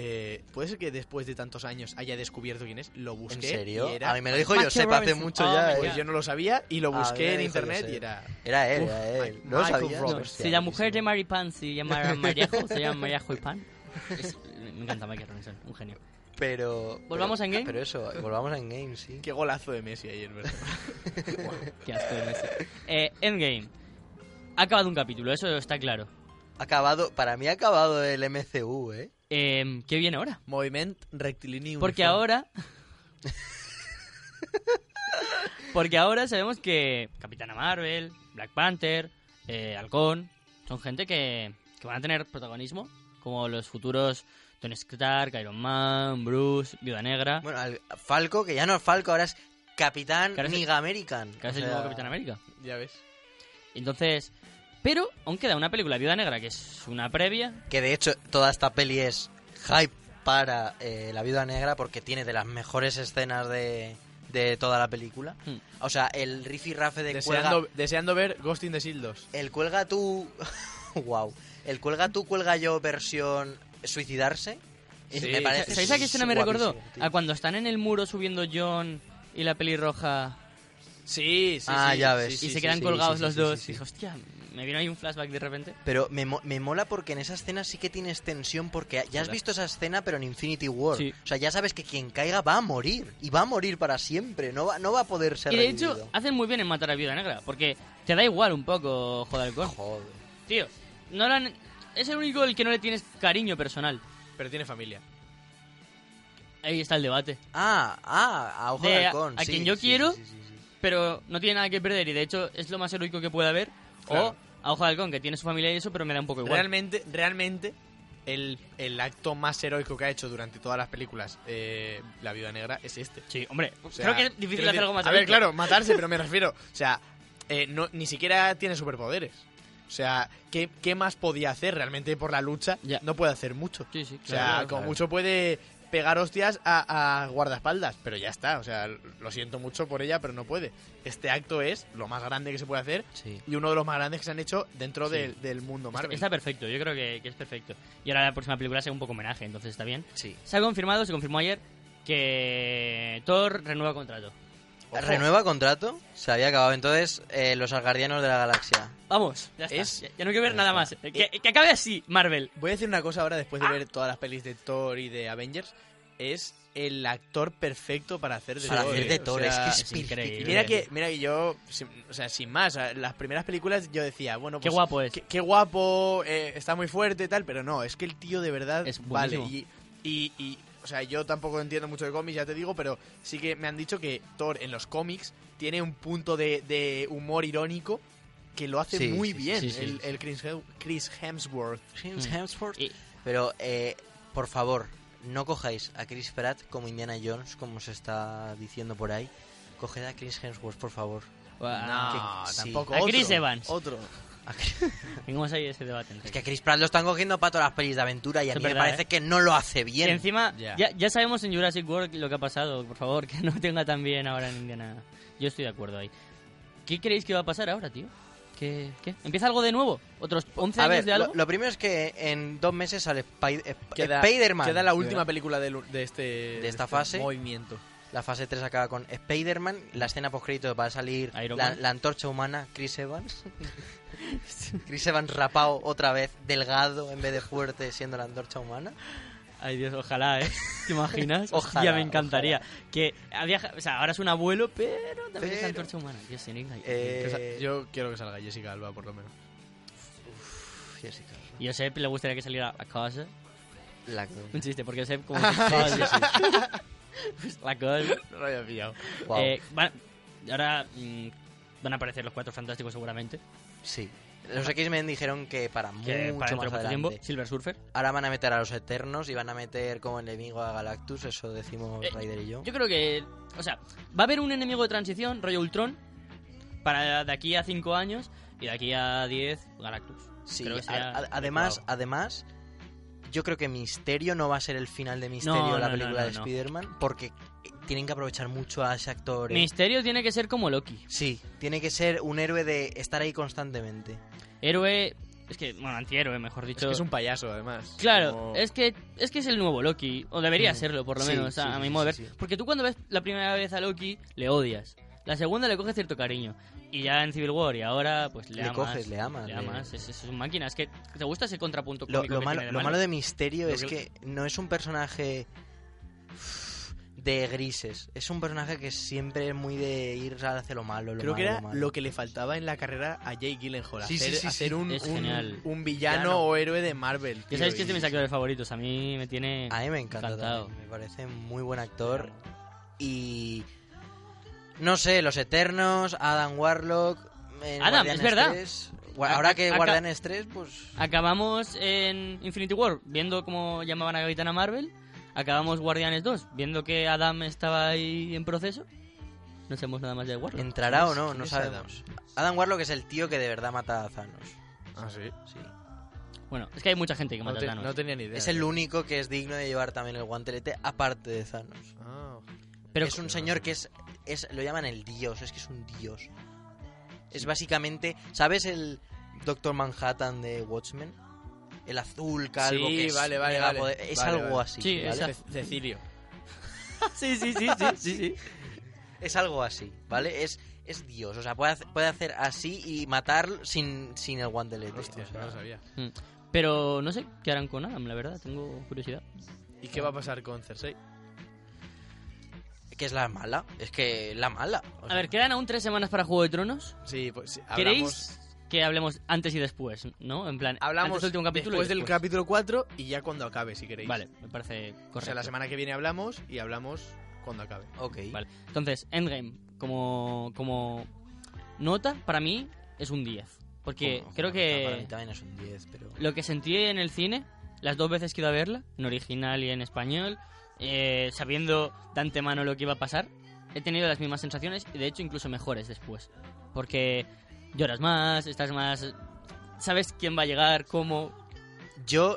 Speaker 4: eh, puede ser que después de tantos años haya descubierto quién es lo busqué
Speaker 3: ¿En serio?
Speaker 4: y era
Speaker 3: A
Speaker 4: [LAUGHS]
Speaker 3: mí me lo dijo yo,
Speaker 5: Michael
Speaker 3: sepa hace
Speaker 5: Robinson.
Speaker 3: mucho
Speaker 5: Oh
Speaker 3: ya.
Speaker 5: my
Speaker 3: ¿eh?
Speaker 4: pues yo no lo sabía y lo
Speaker 3: A mí me
Speaker 4: busqué en
Speaker 3: dijo
Speaker 4: internet
Speaker 3: Josep.
Speaker 4: y era
Speaker 3: Era él,
Speaker 4: Uf,
Speaker 3: era él.
Speaker 4: Ma-
Speaker 3: ¿No lo
Speaker 4: Michael
Speaker 3: sabías?
Speaker 5: No,
Speaker 4: Roberts,
Speaker 5: si la mujer de Mary Pan se llamara Mariajo, se llama Mariajo y Pan. Es- me encanta Michael Robinson, un genio.
Speaker 3: Pero.
Speaker 5: ¿Volvamos
Speaker 3: pero-
Speaker 5: a Endgame?
Speaker 3: Pero eso, volvamos a Endgame, sí.
Speaker 4: qué golazo de Messi ayer
Speaker 3: [LAUGHS]
Speaker 4: verdad
Speaker 5: Qué asco de Messi. Eh, Endgame. Ha acabado un capítulo, eso está claro.
Speaker 3: Acabado, para mí ha acabado el MCU, ¿eh?
Speaker 5: Eh, ¿Qué viene ahora?
Speaker 4: movimiento rectilíneo
Speaker 3: [LAUGHS]
Speaker 5: Porque ahora. Porque ahora sabemos que Capitana Marvel, Black Panther, eh, Halcón, son gente que, que van a tener protagonismo, como los futuros Tony Stark, Iron Man, Bruce, Viuda Negra.
Speaker 3: Bueno, al- Falco, que ya no es Falco, ahora es Capitán
Speaker 5: Claro, es el-
Speaker 3: Niga American.
Speaker 5: que ahora es
Speaker 3: O
Speaker 5: el nuevo
Speaker 3: sea,
Speaker 5: Capitán América.
Speaker 4: ya ves
Speaker 5: Entonces. Pero aún queda una película, Viuda Negra, que es una previa.
Speaker 3: Que de hecho, toda esta peli es hype para eh, la Viuda Negra porque tiene de las mejores escenas de, de toda la película.
Speaker 5: Hmm.
Speaker 3: O sea, el rifirrafe de cuelga...
Speaker 4: deseando, deseando ver Ghost in the Shield 2
Speaker 3: El cuelga tú... [LAUGHS] wow. El cuelga tú, cuelga yo versión suicidarse. eh,
Speaker 4: Sí.
Speaker 3: Me parece
Speaker 5: Eh, ¿Sabéis a qué escena me recordó?
Speaker 3: guapísimo, tío.
Speaker 5: A cuando están en el muro subiendo John y la pelirroja
Speaker 4: sí sí
Speaker 3: Ah,
Speaker 4: sí,
Speaker 3: ya
Speaker 4: sí,
Speaker 3: ves.
Speaker 4: sí,
Speaker 5: y se
Speaker 4: sí,
Speaker 5: quedan
Speaker 4: sí.
Speaker 5: colgados
Speaker 3: sí,
Speaker 5: los
Speaker 3: sí,
Speaker 5: dos.
Speaker 3: sí, sí.
Speaker 5: Y dije, hostia, me vino ahí un flashback de repente.
Speaker 3: Pero me, mo- me mola porque en esa escena sí que tienes tensión porque ya has visto esa escena pero en Infinity War.
Speaker 5: Sí.
Speaker 3: O sea, ya sabes que quien caiga va a morir y va a morir para siempre, no va, no va a poder ser
Speaker 5: Y de
Speaker 3: revivido.
Speaker 5: hecho, hacen muy bien en matar a Viuda Negra, porque te da igual un poco, joder, alcohol.
Speaker 3: Joder.
Speaker 5: Tío, Nolan es el único el que no le tienes cariño personal.
Speaker 4: pero tiene familia
Speaker 5: Ahí está el debate.
Speaker 3: Ah, ah, a ojo de,
Speaker 5: De a-
Speaker 3: halcón.
Speaker 5: a
Speaker 3: sí,
Speaker 5: quien yo
Speaker 3: sí,
Speaker 5: quiero.
Speaker 3: sí, sí, sí, sí.
Speaker 5: Pero no tiene nada que perder y de hecho es lo más heroico que puede haber.
Speaker 4: Claro.
Speaker 5: O a Ojo de Halcón, que tiene su familia y eso, pero me da un poco igual.
Speaker 4: Realmente, realmente, el, el acto más heroico que ha hecho durante todas las películas eh, La Viuda Negra es este.
Speaker 5: Sí, hombre,
Speaker 4: O sea,
Speaker 5: creo que es difícil
Speaker 4: quiero
Speaker 5: hacer
Speaker 4: decir-
Speaker 5: algo más
Speaker 4: A ver,
Speaker 5: heroico.
Speaker 4: claro, matarse, pero me
Speaker 5: [LAUGHS]
Speaker 4: refiero. O sea, eh, no, ni siquiera tiene superpoderes. O sea, ¿qué, qué más podía hacer realmente por la lucha?
Speaker 5: Ya.
Speaker 4: No puede hacer mucho.
Speaker 5: Sí, sí,
Speaker 4: o sea,
Speaker 5: claro,
Speaker 4: como mucho puede pegar hostias a, a guardaespaldas, pero ya está. O sea, lo siento mucho por ella, pero no puede. Este acto es lo más grande que se puede hacer
Speaker 3: Sí.
Speaker 4: y uno de los más grandes que se han hecho dentro
Speaker 5: Sí.
Speaker 4: del, del mundo Marvel.
Speaker 5: Está perfecto, yo creo que, que es perfecto. Y ahora la próxima película será un poco homenaje, entonces está bien.
Speaker 3: Sí.
Speaker 5: Se ha confirmado, se confirmó ayer, que Thor renueva contrato.
Speaker 4: Ojo.
Speaker 3: Renueva contrato, se había acabado entonces eh, los Asgardianos de la Galaxia.
Speaker 5: Vamos, ya, está.
Speaker 4: Es-
Speaker 5: Ya- ya no quiero ver nada más.
Speaker 3: Eh,
Speaker 5: Que, que acabe así, Marvel.
Speaker 3: pues,
Speaker 4: Voy a decir una cosa ahora después de ver todas las pelis de Thor y de Avengers. Es el actor perfecto para hacer de
Speaker 3: Para
Speaker 4: Thor.
Speaker 3: hacer de
Speaker 4: eh. O
Speaker 3: Thor,
Speaker 4: sea,
Speaker 3: es que es
Speaker 5: es increíble.
Speaker 4: y Mira que, mira que yo, sin- o sea, sin más, a- las primeras películas yo decía, bueno,
Speaker 5: Qué
Speaker 4: pues,
Speaker 5: guapo es.
Speaker 4: Qué, qué guapo, eh, está muy fuerte y tal, pero no, es que el tío de verdad
Speaker 5: Es
Speaker 4: vale.
Speaker 5: buenísimo.
Speaker 4: Y, y, y, o sea, yo tampoco entiendo mucho de cómics, ya te digo, pero sí que me han dicho que Thor en los cómics tiene un punto de, de humor irónico que lo hace
Speaker 3: Sí,
Speaker 4: muy
Speaker 3: sí, sí,
Speaker 4: bien
Speaker 5: sí, sí,
Speaker 4: el,
Speaker 5: sí.
Speaker 4: el Chris Hem- Chris Hemsworth.
Speaker 3: James
Speaker 5: Mm.
Speaker 3: Hemsworth.
Speaker 5: Y-
Speaker 3: Pero, eh, por favor, no cojáis a Chris Pratt como Indiana Jones, como se está diciendo por ahí. Coged a Chris Hemsworth, por favor.
Speaker 5: Ah,
Speaker 3: que- sí.
Speaker 4: tampoco.
Speaker 5: A
Speaker 4: otro,
Speaker 5: Chris Evans.
Speaker 4: Otro.
Speaker 5: Tengamos ahí ese debate. Enrique.
Speaker 3: Es que a Chris Pratt lo están cogiendo para todas las pelis de aventura y a
Speaker 5: Es
Speaker 3: mí me
Speaker 5: verdad,
Speaker 3: parece
Speaker 5: ¿eh?
Speaker 3: que no lo hace
Speaker 5: Y
Speaker 3: bien.
Speaker 5: encima,
Speaker 4: Ya.
Speaker 5: ya, ya sabemos en Jurassic World lo que ha pasado. Por favor, [LAUGHS] que no tenga tan bien ahora en Indiana. Yo estoy de acuerdo ahí. ¿Qué creéis que va a pasar ahora, tío? ¿Qué? qué? ¿Empieza algo de nuevo? ¿Otros 11
Speaker 3: a
Speaker 5: años
Speaker 3: ver,
Speaker 5: de
Speaker 3: lo-
Speaker 5: algo?
Speaker 3: Lo, primero es que en dos meses sale Spy- Sp-
Speaker 4: Queda,
Speaker 3: Spider-Man.
Speaker 4: queda la última película del- de, este, de
Speaker 3: esta fase.
Speaker 4: Movimiento.
Speaker 3: La fase 3 acaba con Spider-Man, la escena post-crédito va a salir
Speaker 5: Iron
Speaker 3: la,
Speaker 5: Man.
Speaker 3: la antorcha humana, Chris
Speaker 5: [LAUGHS]
Speaker 3: Evans. Chris Evans rapado otra vez, delgado en vez de fuerte, siendo la antorcha humana.
Speaker 5: Ay, Dios, ojalá, ¿eh? [LAUGHS] ¿Te imaginas?
Speaker 3: Ojalá,
Speaker 5: Ya me encantaría. Que había, o sea, ahora es un abuelo, pero también es
Speaker 3: Pero-
Speaker 5: antorcha humana. Dios, sin Ignite.
Speaker 3: Eh,
Speaker 4: Que sa- Yo quiero que salga Jessica Alba, por lo menos.
Speaker 3: Jessica,
Speaker 5: Josep le gustaría que saliera a casa. [LAUGHS]
Speaker 3: la-
Speaker 5: Un chiste, porque
Speaker 3: [LAUGHS]
Speaker 5: Josep como... que- Cosa. Pues [LAUGHS] la cosa...
Speaker 4: No lo había pillado.
Speaker 3: Guau,
Speaker 5: Eh, van- ahora mm, van a aparecer los cuatro fantásticos seguramente.
Speaker 3: sí. Los X-Men dijeron que para
Speaker 5: Que
Speaker 3: mucho
Speaker 5: para dentro
Speaker 3: más
Speaker 5: de mucho tiempo.
Speaker 3: adelante.
Speaker 5: Silver Surfer.
Speaker 3: Ahora van a meter a los Eternos y van a meter como enemigo a Galactus, eso decimos
Speaker 5: Eh,
Speaker 3: Raider y yo.
Speaker 5: Yo creo que. O sea, va a haber un enemigo de transición, rollo Ultron, para de aquí a cinco años y de aquí a 10, Galactus.
Speaker 3: Sí,
Speaker 5: creo que
Speaker 3: a-
Speaker 5: será
Speaker 3: a- además,
Speaker 5: adecuado.
Speaker 3: además, yo creo que Misterio no va a ser el final de Misterio
Speaker 5: No,
Speaker 3: la
Speaker 5: no,
Speaker 3: película
Speaker 5: no,
Speaker 3: de
Speaker 5: no, no.
Speaker 3: Spider-Man, porque tienen que aprovechar mucho a ese actor. eh.
Speaker 5: Misterio tiene que ser como Loki.
Speaker 3: Sí, tiene que ser un héroe de estar ahí constantemente.
Speaker 5: Héroe. Es que. Bueno, antihéroe, mejor
Speaker 4: Es
Speaker 5: dicho.
Speaker 4: que es un payaso, además.
Speaker 5: Claro,
Speaker 4: Como-
Speaker 5: es que es que es el nuevo Loki, o debería
Speaker 3: Mm.
Speaker 5: serlo por lo
Speaker 3: Sí,
Speaker 5: menos,
Speaker 3: sí,
Speaker 5: a, a
Speaker 3: sí,
Speaker 5: mi modo de
Speaker 3: sí,
Speaker 5: ver.
Speaker 3: sí.
Speaker 5: Porque tú cuando ves la primera vez a Loki, le odias. La segunda le coges cierto cariño. Y ya en Civil War, y ahora pues le,
Speaker 3: Le
Speaker 5: amas.
Speaker 3: coges, le amas,
Speaker 5: Le
Speaker 3: le-
Speaker 5: amas, es, es una máquina. Es que te gusta ese contrapunto
Speaker 3: Lo,
Speaker 5: cómico
Speaker 3: lo
Speaker 5: que
Speaker 3: malo,
Speaker 5: tiene
Speaker 3: lo malo de Misterio
Speaker 5: Lo
Speaker 3: es
Speaker 5: que-
Speaker 3: que no es un personaje uff, de grises. Es un personaje que siempre es muy de ir hacia lo malo. lo
Speaker 4: Creo que
Speaker 3: malo,
Speaker 4: era
Speaker 3: lo malo.
Speaker 4: lo que le faltaba en la carrera a Jake Gyllenhaal.
Speaker 3: Sí, sí,
Speaker 4: hacer
Speaker 3: sí, sí.
Speaker 4: hacer Un,
Speaker 5: Es
Speaker 4: un-
Speaker 5: genial.
Speaker 4: un villano
Speaker 5: Villano.
Speaker 4: o héroe de Marvel.
Speaker 5: Ya
Speaker 4: tío,
Speaker 5: sabéis que este
Speaker 4: y-
Speaker 5: es de mis actores favoritos, a mí me tiene...
Speaker 3: A mí me encanta.
Speaker 5: Encantado.
Speaker 3: también, Me parece muy buen actor. Y. No sé, Los Eternos, Adam Warlock. en
Speaker 5: Adam, es verdad.
Speaker 3: 3. Gua- Ahora que
Speaker 5: Acá-
Speaker 3: Guardianes 3, pues.
Speaker 5: Acabamos en Infinity War viendo cómo llamaban a Capitana Marvel. Acabamos Guardianes 2 viendo que Adam estaba ahí en proceso. No sabemos nada más de Warlock.
Speaker 3: ¿Entrará o no?
Speaker 4: ¿Quién
Speaker 3: No
Speaker 4: es
Speaker 3: sabemos. Adam Warlock es el tío que de verdad mata a Thanos.
Speaker 4: Ah, sí.
Speaker 3: sí.
Speaker 5: Bueno, es que hay mucha gente que
Speaker 4: No,
Speaker 5: mata
Speaker 4: te-
Speaker 5: a Thanos.
Speaker 4: no tenía ni idea.
Speaker 3: Es el único que es digno de llevar también el guantelete, aparte de Thanos.
Speaker 4: Ah,
Speaker 5: Pero
Speaker 3: es un señor que es, es. Lo llaman el dios, es que es un dios. Es básicamente. ¿Sabes el Doctor Manhattan de Watchmen? El azul calvo
Speaker 4: Sí,
Speaker 3: que es.
Speaker 4: vale, vale,
Speaker 3: mega
Speaker 4: vale.
Speaker 3: poder- es
Speaker 4: Vale,
Speaker 3: algo
Speaker 4: vale.
Speaker 3: así.
Speaker 5: Sí,
Speaker 3: ¿vale? [LAUGHS]
Speaker 5: esa-
Speaker 4: Ce- [LAUGHS] Cecilio.
Speaker 5: Sí, sí, sí, sí, sí, sí.
Speaker 3: Es algo así, ¿vale? Es, es dios. O sea, puede hacer, puede hacer así y matar sin, sin el guantelete.
Speaker 4: Hostia,
Speaker 3: o sea,
Speaker 4: no lo sabía.
Speaker 5: Mm. Pero no sé qué harán con Adam, la verdad, tengo curiosidad.
Speaker 4: ¿Y qué va a pasar con Cersei?
Speaker 3: que es la mala. Es que la mala. o
Speaker 5: A
Speaker 3: sea,
Speaker 5: ver, quedan aún tres semanas para Juego de Tronos.
Speaker 4: Sí, pues sí, hablamos,
Speaker 5: ¿Queréis que hablemos antes y después, no? En plan, antes
Speaker 4: hablamos
Speaker 5: del último capítulo y
Speaker 4: después del capítulo 4 y ya cuando acabe, si queréis.
Speaker 5: Vale, me parece correcto.
Speaker 4: O sea, la semana que viene hablamos y hablamos cuando acabe.
Speaker 3: Ok.
Speaker 5: Vale. Entonces, Endgame, como, como nota, para mí es un 10. Porque
Speaker 3: Bueno,
Speaker 5: creo
Speaker 3: Para mí
Speaker 5: que
Speaker 3: también es un 10, pero.
Speaker 5: lo que sentí en el cine, las dos veces que he ido a verla, en original y en español, eh, sabiendo de antemano lo que iba a pasar, he tenido las mismas sensaciones y de hecho incluso mejores después. Porque lloras más, estás más... Sabes quién va a llegar, cómo...
Speaker 3: Yo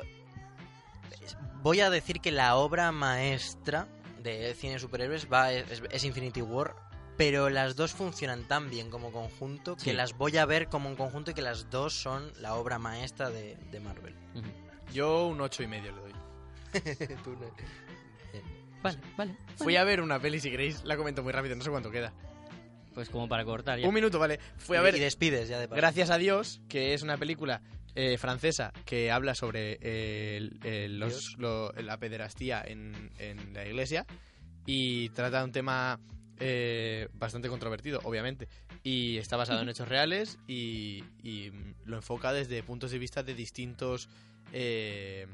Speaker 3: voy a decir que la obra maestra de cine de superhéroes va, es, es Infinity War, pero las dos funcionan tan bien como conjunto que
Speaker 5: Sí.
Speaker 3: las voy a ver como un conjunto y que las dos son la obra maestra de, de Marvel.
Speaker 5: Ujú.
Speaker 4: Yo un ocho y medio le doy.
Speaker 5: Vale, vale.
Speaker 4: Fui a ver una peli, si queréis, la comento muy rápido, no sé cuánto queda.
Speaker 5: Pues como para cortar ya.
Speaker 4: Un minuto, vale. Fui a
Speaker 3: Y
Speaker 4: ver
Speaker 3: despides ya de paso.
Speaker 4: Gracias a Dios, que es una película eh, francesa que habla sobre eh, el- el- los- lo- la pederastía en, en la iglesia y trata un tema eh, bastante controvertido, obviamente. Y está basado en hechos reales y, y, mm, lo enfoca desde puntos de vista de distintos... eh,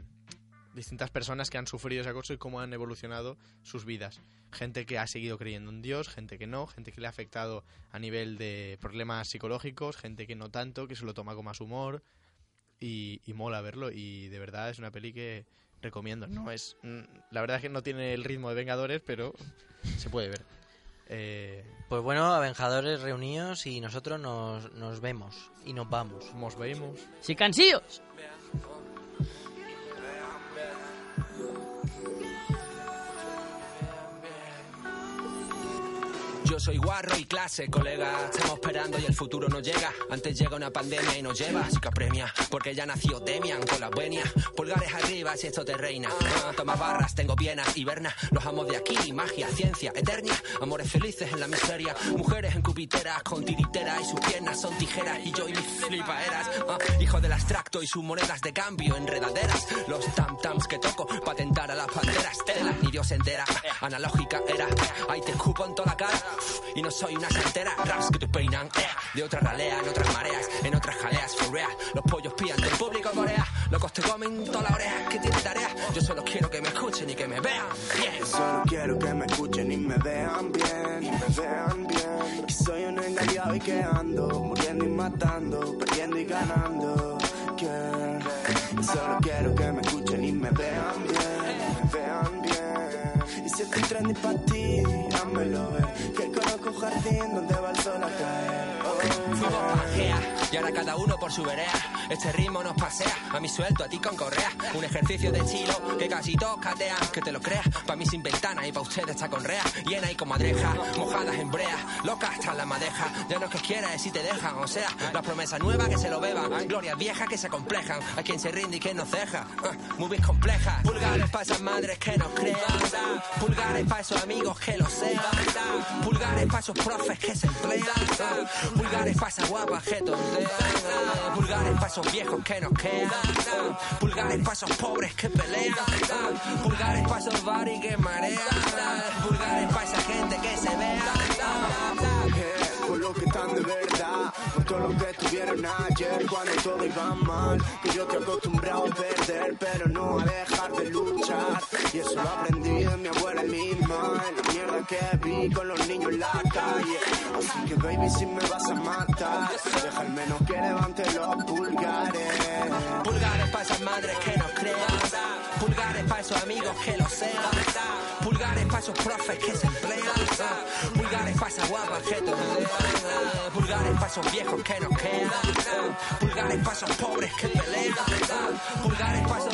Speaker 4: distintas personas que han sufrido ese acoso y cómo han evolucionado sus vidas. Gente que ha seguido creyendo en Dios, gente que no, gente que le ha afectado a nivel de problemas psicológicos, gente que no tanto, que se lo toma con más humor y, y mola verlo y de verdad es una peli que recomiendo. No es mm, la verdad es que no tiene el ritmo de Vengadores, pero se puede ver. Eh,
Speaker 3: Pues bueno, Avengedores reunidos y nosotros nos, nos vemos y nos vamos.
Speaker 4: nos vemos.
Speaker 5: ¡Sí, cansillos!
Speaker 2: Yo soy guarro y clase, colega. Estamos esperando y el futuro no llega. Antes llega una pandemia y nos lleva. Así que apremia, porque ya nació Demian con la venia. Pulgares arriba si esto te reina. Ah, Toma barras, tengo piernas y vernas. Los amos de aquí, magia, ciencia, eternia. Amores felices en la miseria. Mujeres en cupiteras con tiritera y sus piernas son tijeras. Y yo y mis flipaeras. Ah, hijo del abstracto y sus monedas de cambio enredaderas. Los tam-tams que toco patentar a las panteras. Tela, ni Dios se entera. Analógica era. Ahí te escupo en toda la cara. Y no soy una santera, raps que te peinan eh. De otras raleas, en otras mareas, en otras jaleas for real. Los pollos pían del público corea Locos te comen toda la oreja que tiene tarea Yo solo quiero que me escuchen y que me vean bien
Speaker 9: Solo quiero que me escuchen y me vean bien, y me vean bien. Que soy un engañado y que ando muriendo y matando, perdiendo y ganando. Que solo quiero que me escuchen y me vean bien, y me vean bien. Y si estoy trendy para ti, házmelo ver. Que conozco un jardín donde va el sol a caer. Oh,
Speaker 2: Fuimos
Speaker 9: yeah.
Speaker 2: pajea, y ahora cada uno por su vereda. Este ritmo nos pasea, a mi suelto, a ti con correa. Un ejercicio de estilo que casi todos catean, que te lo creas. Pa' mí sin ventana y pa' ustedes está con rea. Llena y con madreja, mojadas en brea, locas tras la madeja. Ya no es que quieras, es si te dejan, o sea, la promesa nueva que se lo beban. Glorias viejas que se complejan, a quien se rinde y que no ceja. Ah, Movies complejas, pulgares para esas madres que nos crean. Pulgares para esos amigos que lo sean. Pulgares para esos profes que se emplean. Pulgares para esas guapas que tontean. Pulgares para esos viejos que nos quedan. Pulgares para esos pobres que pelean. Pulgares para esos bares que marean. Pulgares para esa gente que se vea.
Speaker 9: mujer, por lo que están de verdad, por todo lo que tuvieron ayer cuando todo iba mal, que yo te he acostumbrado a perder, pero no a dejar de luchar, y eso lo aprendí de mi abuela misma, en la mierda que vi con los niños en la calle, así que baby si me vas a matar, deja al menos que levante los pulgares.
Speaker 2: Pulgares para esas madres que nos crean. Pulgares para esos amigos que lo sean. Pulgares para esos profes que se emplean. Pulgares para esas guapas que tontean. Pulgares para esos viejos que nos quedan. Pulgares para esos pobres que pelean. Pulgares para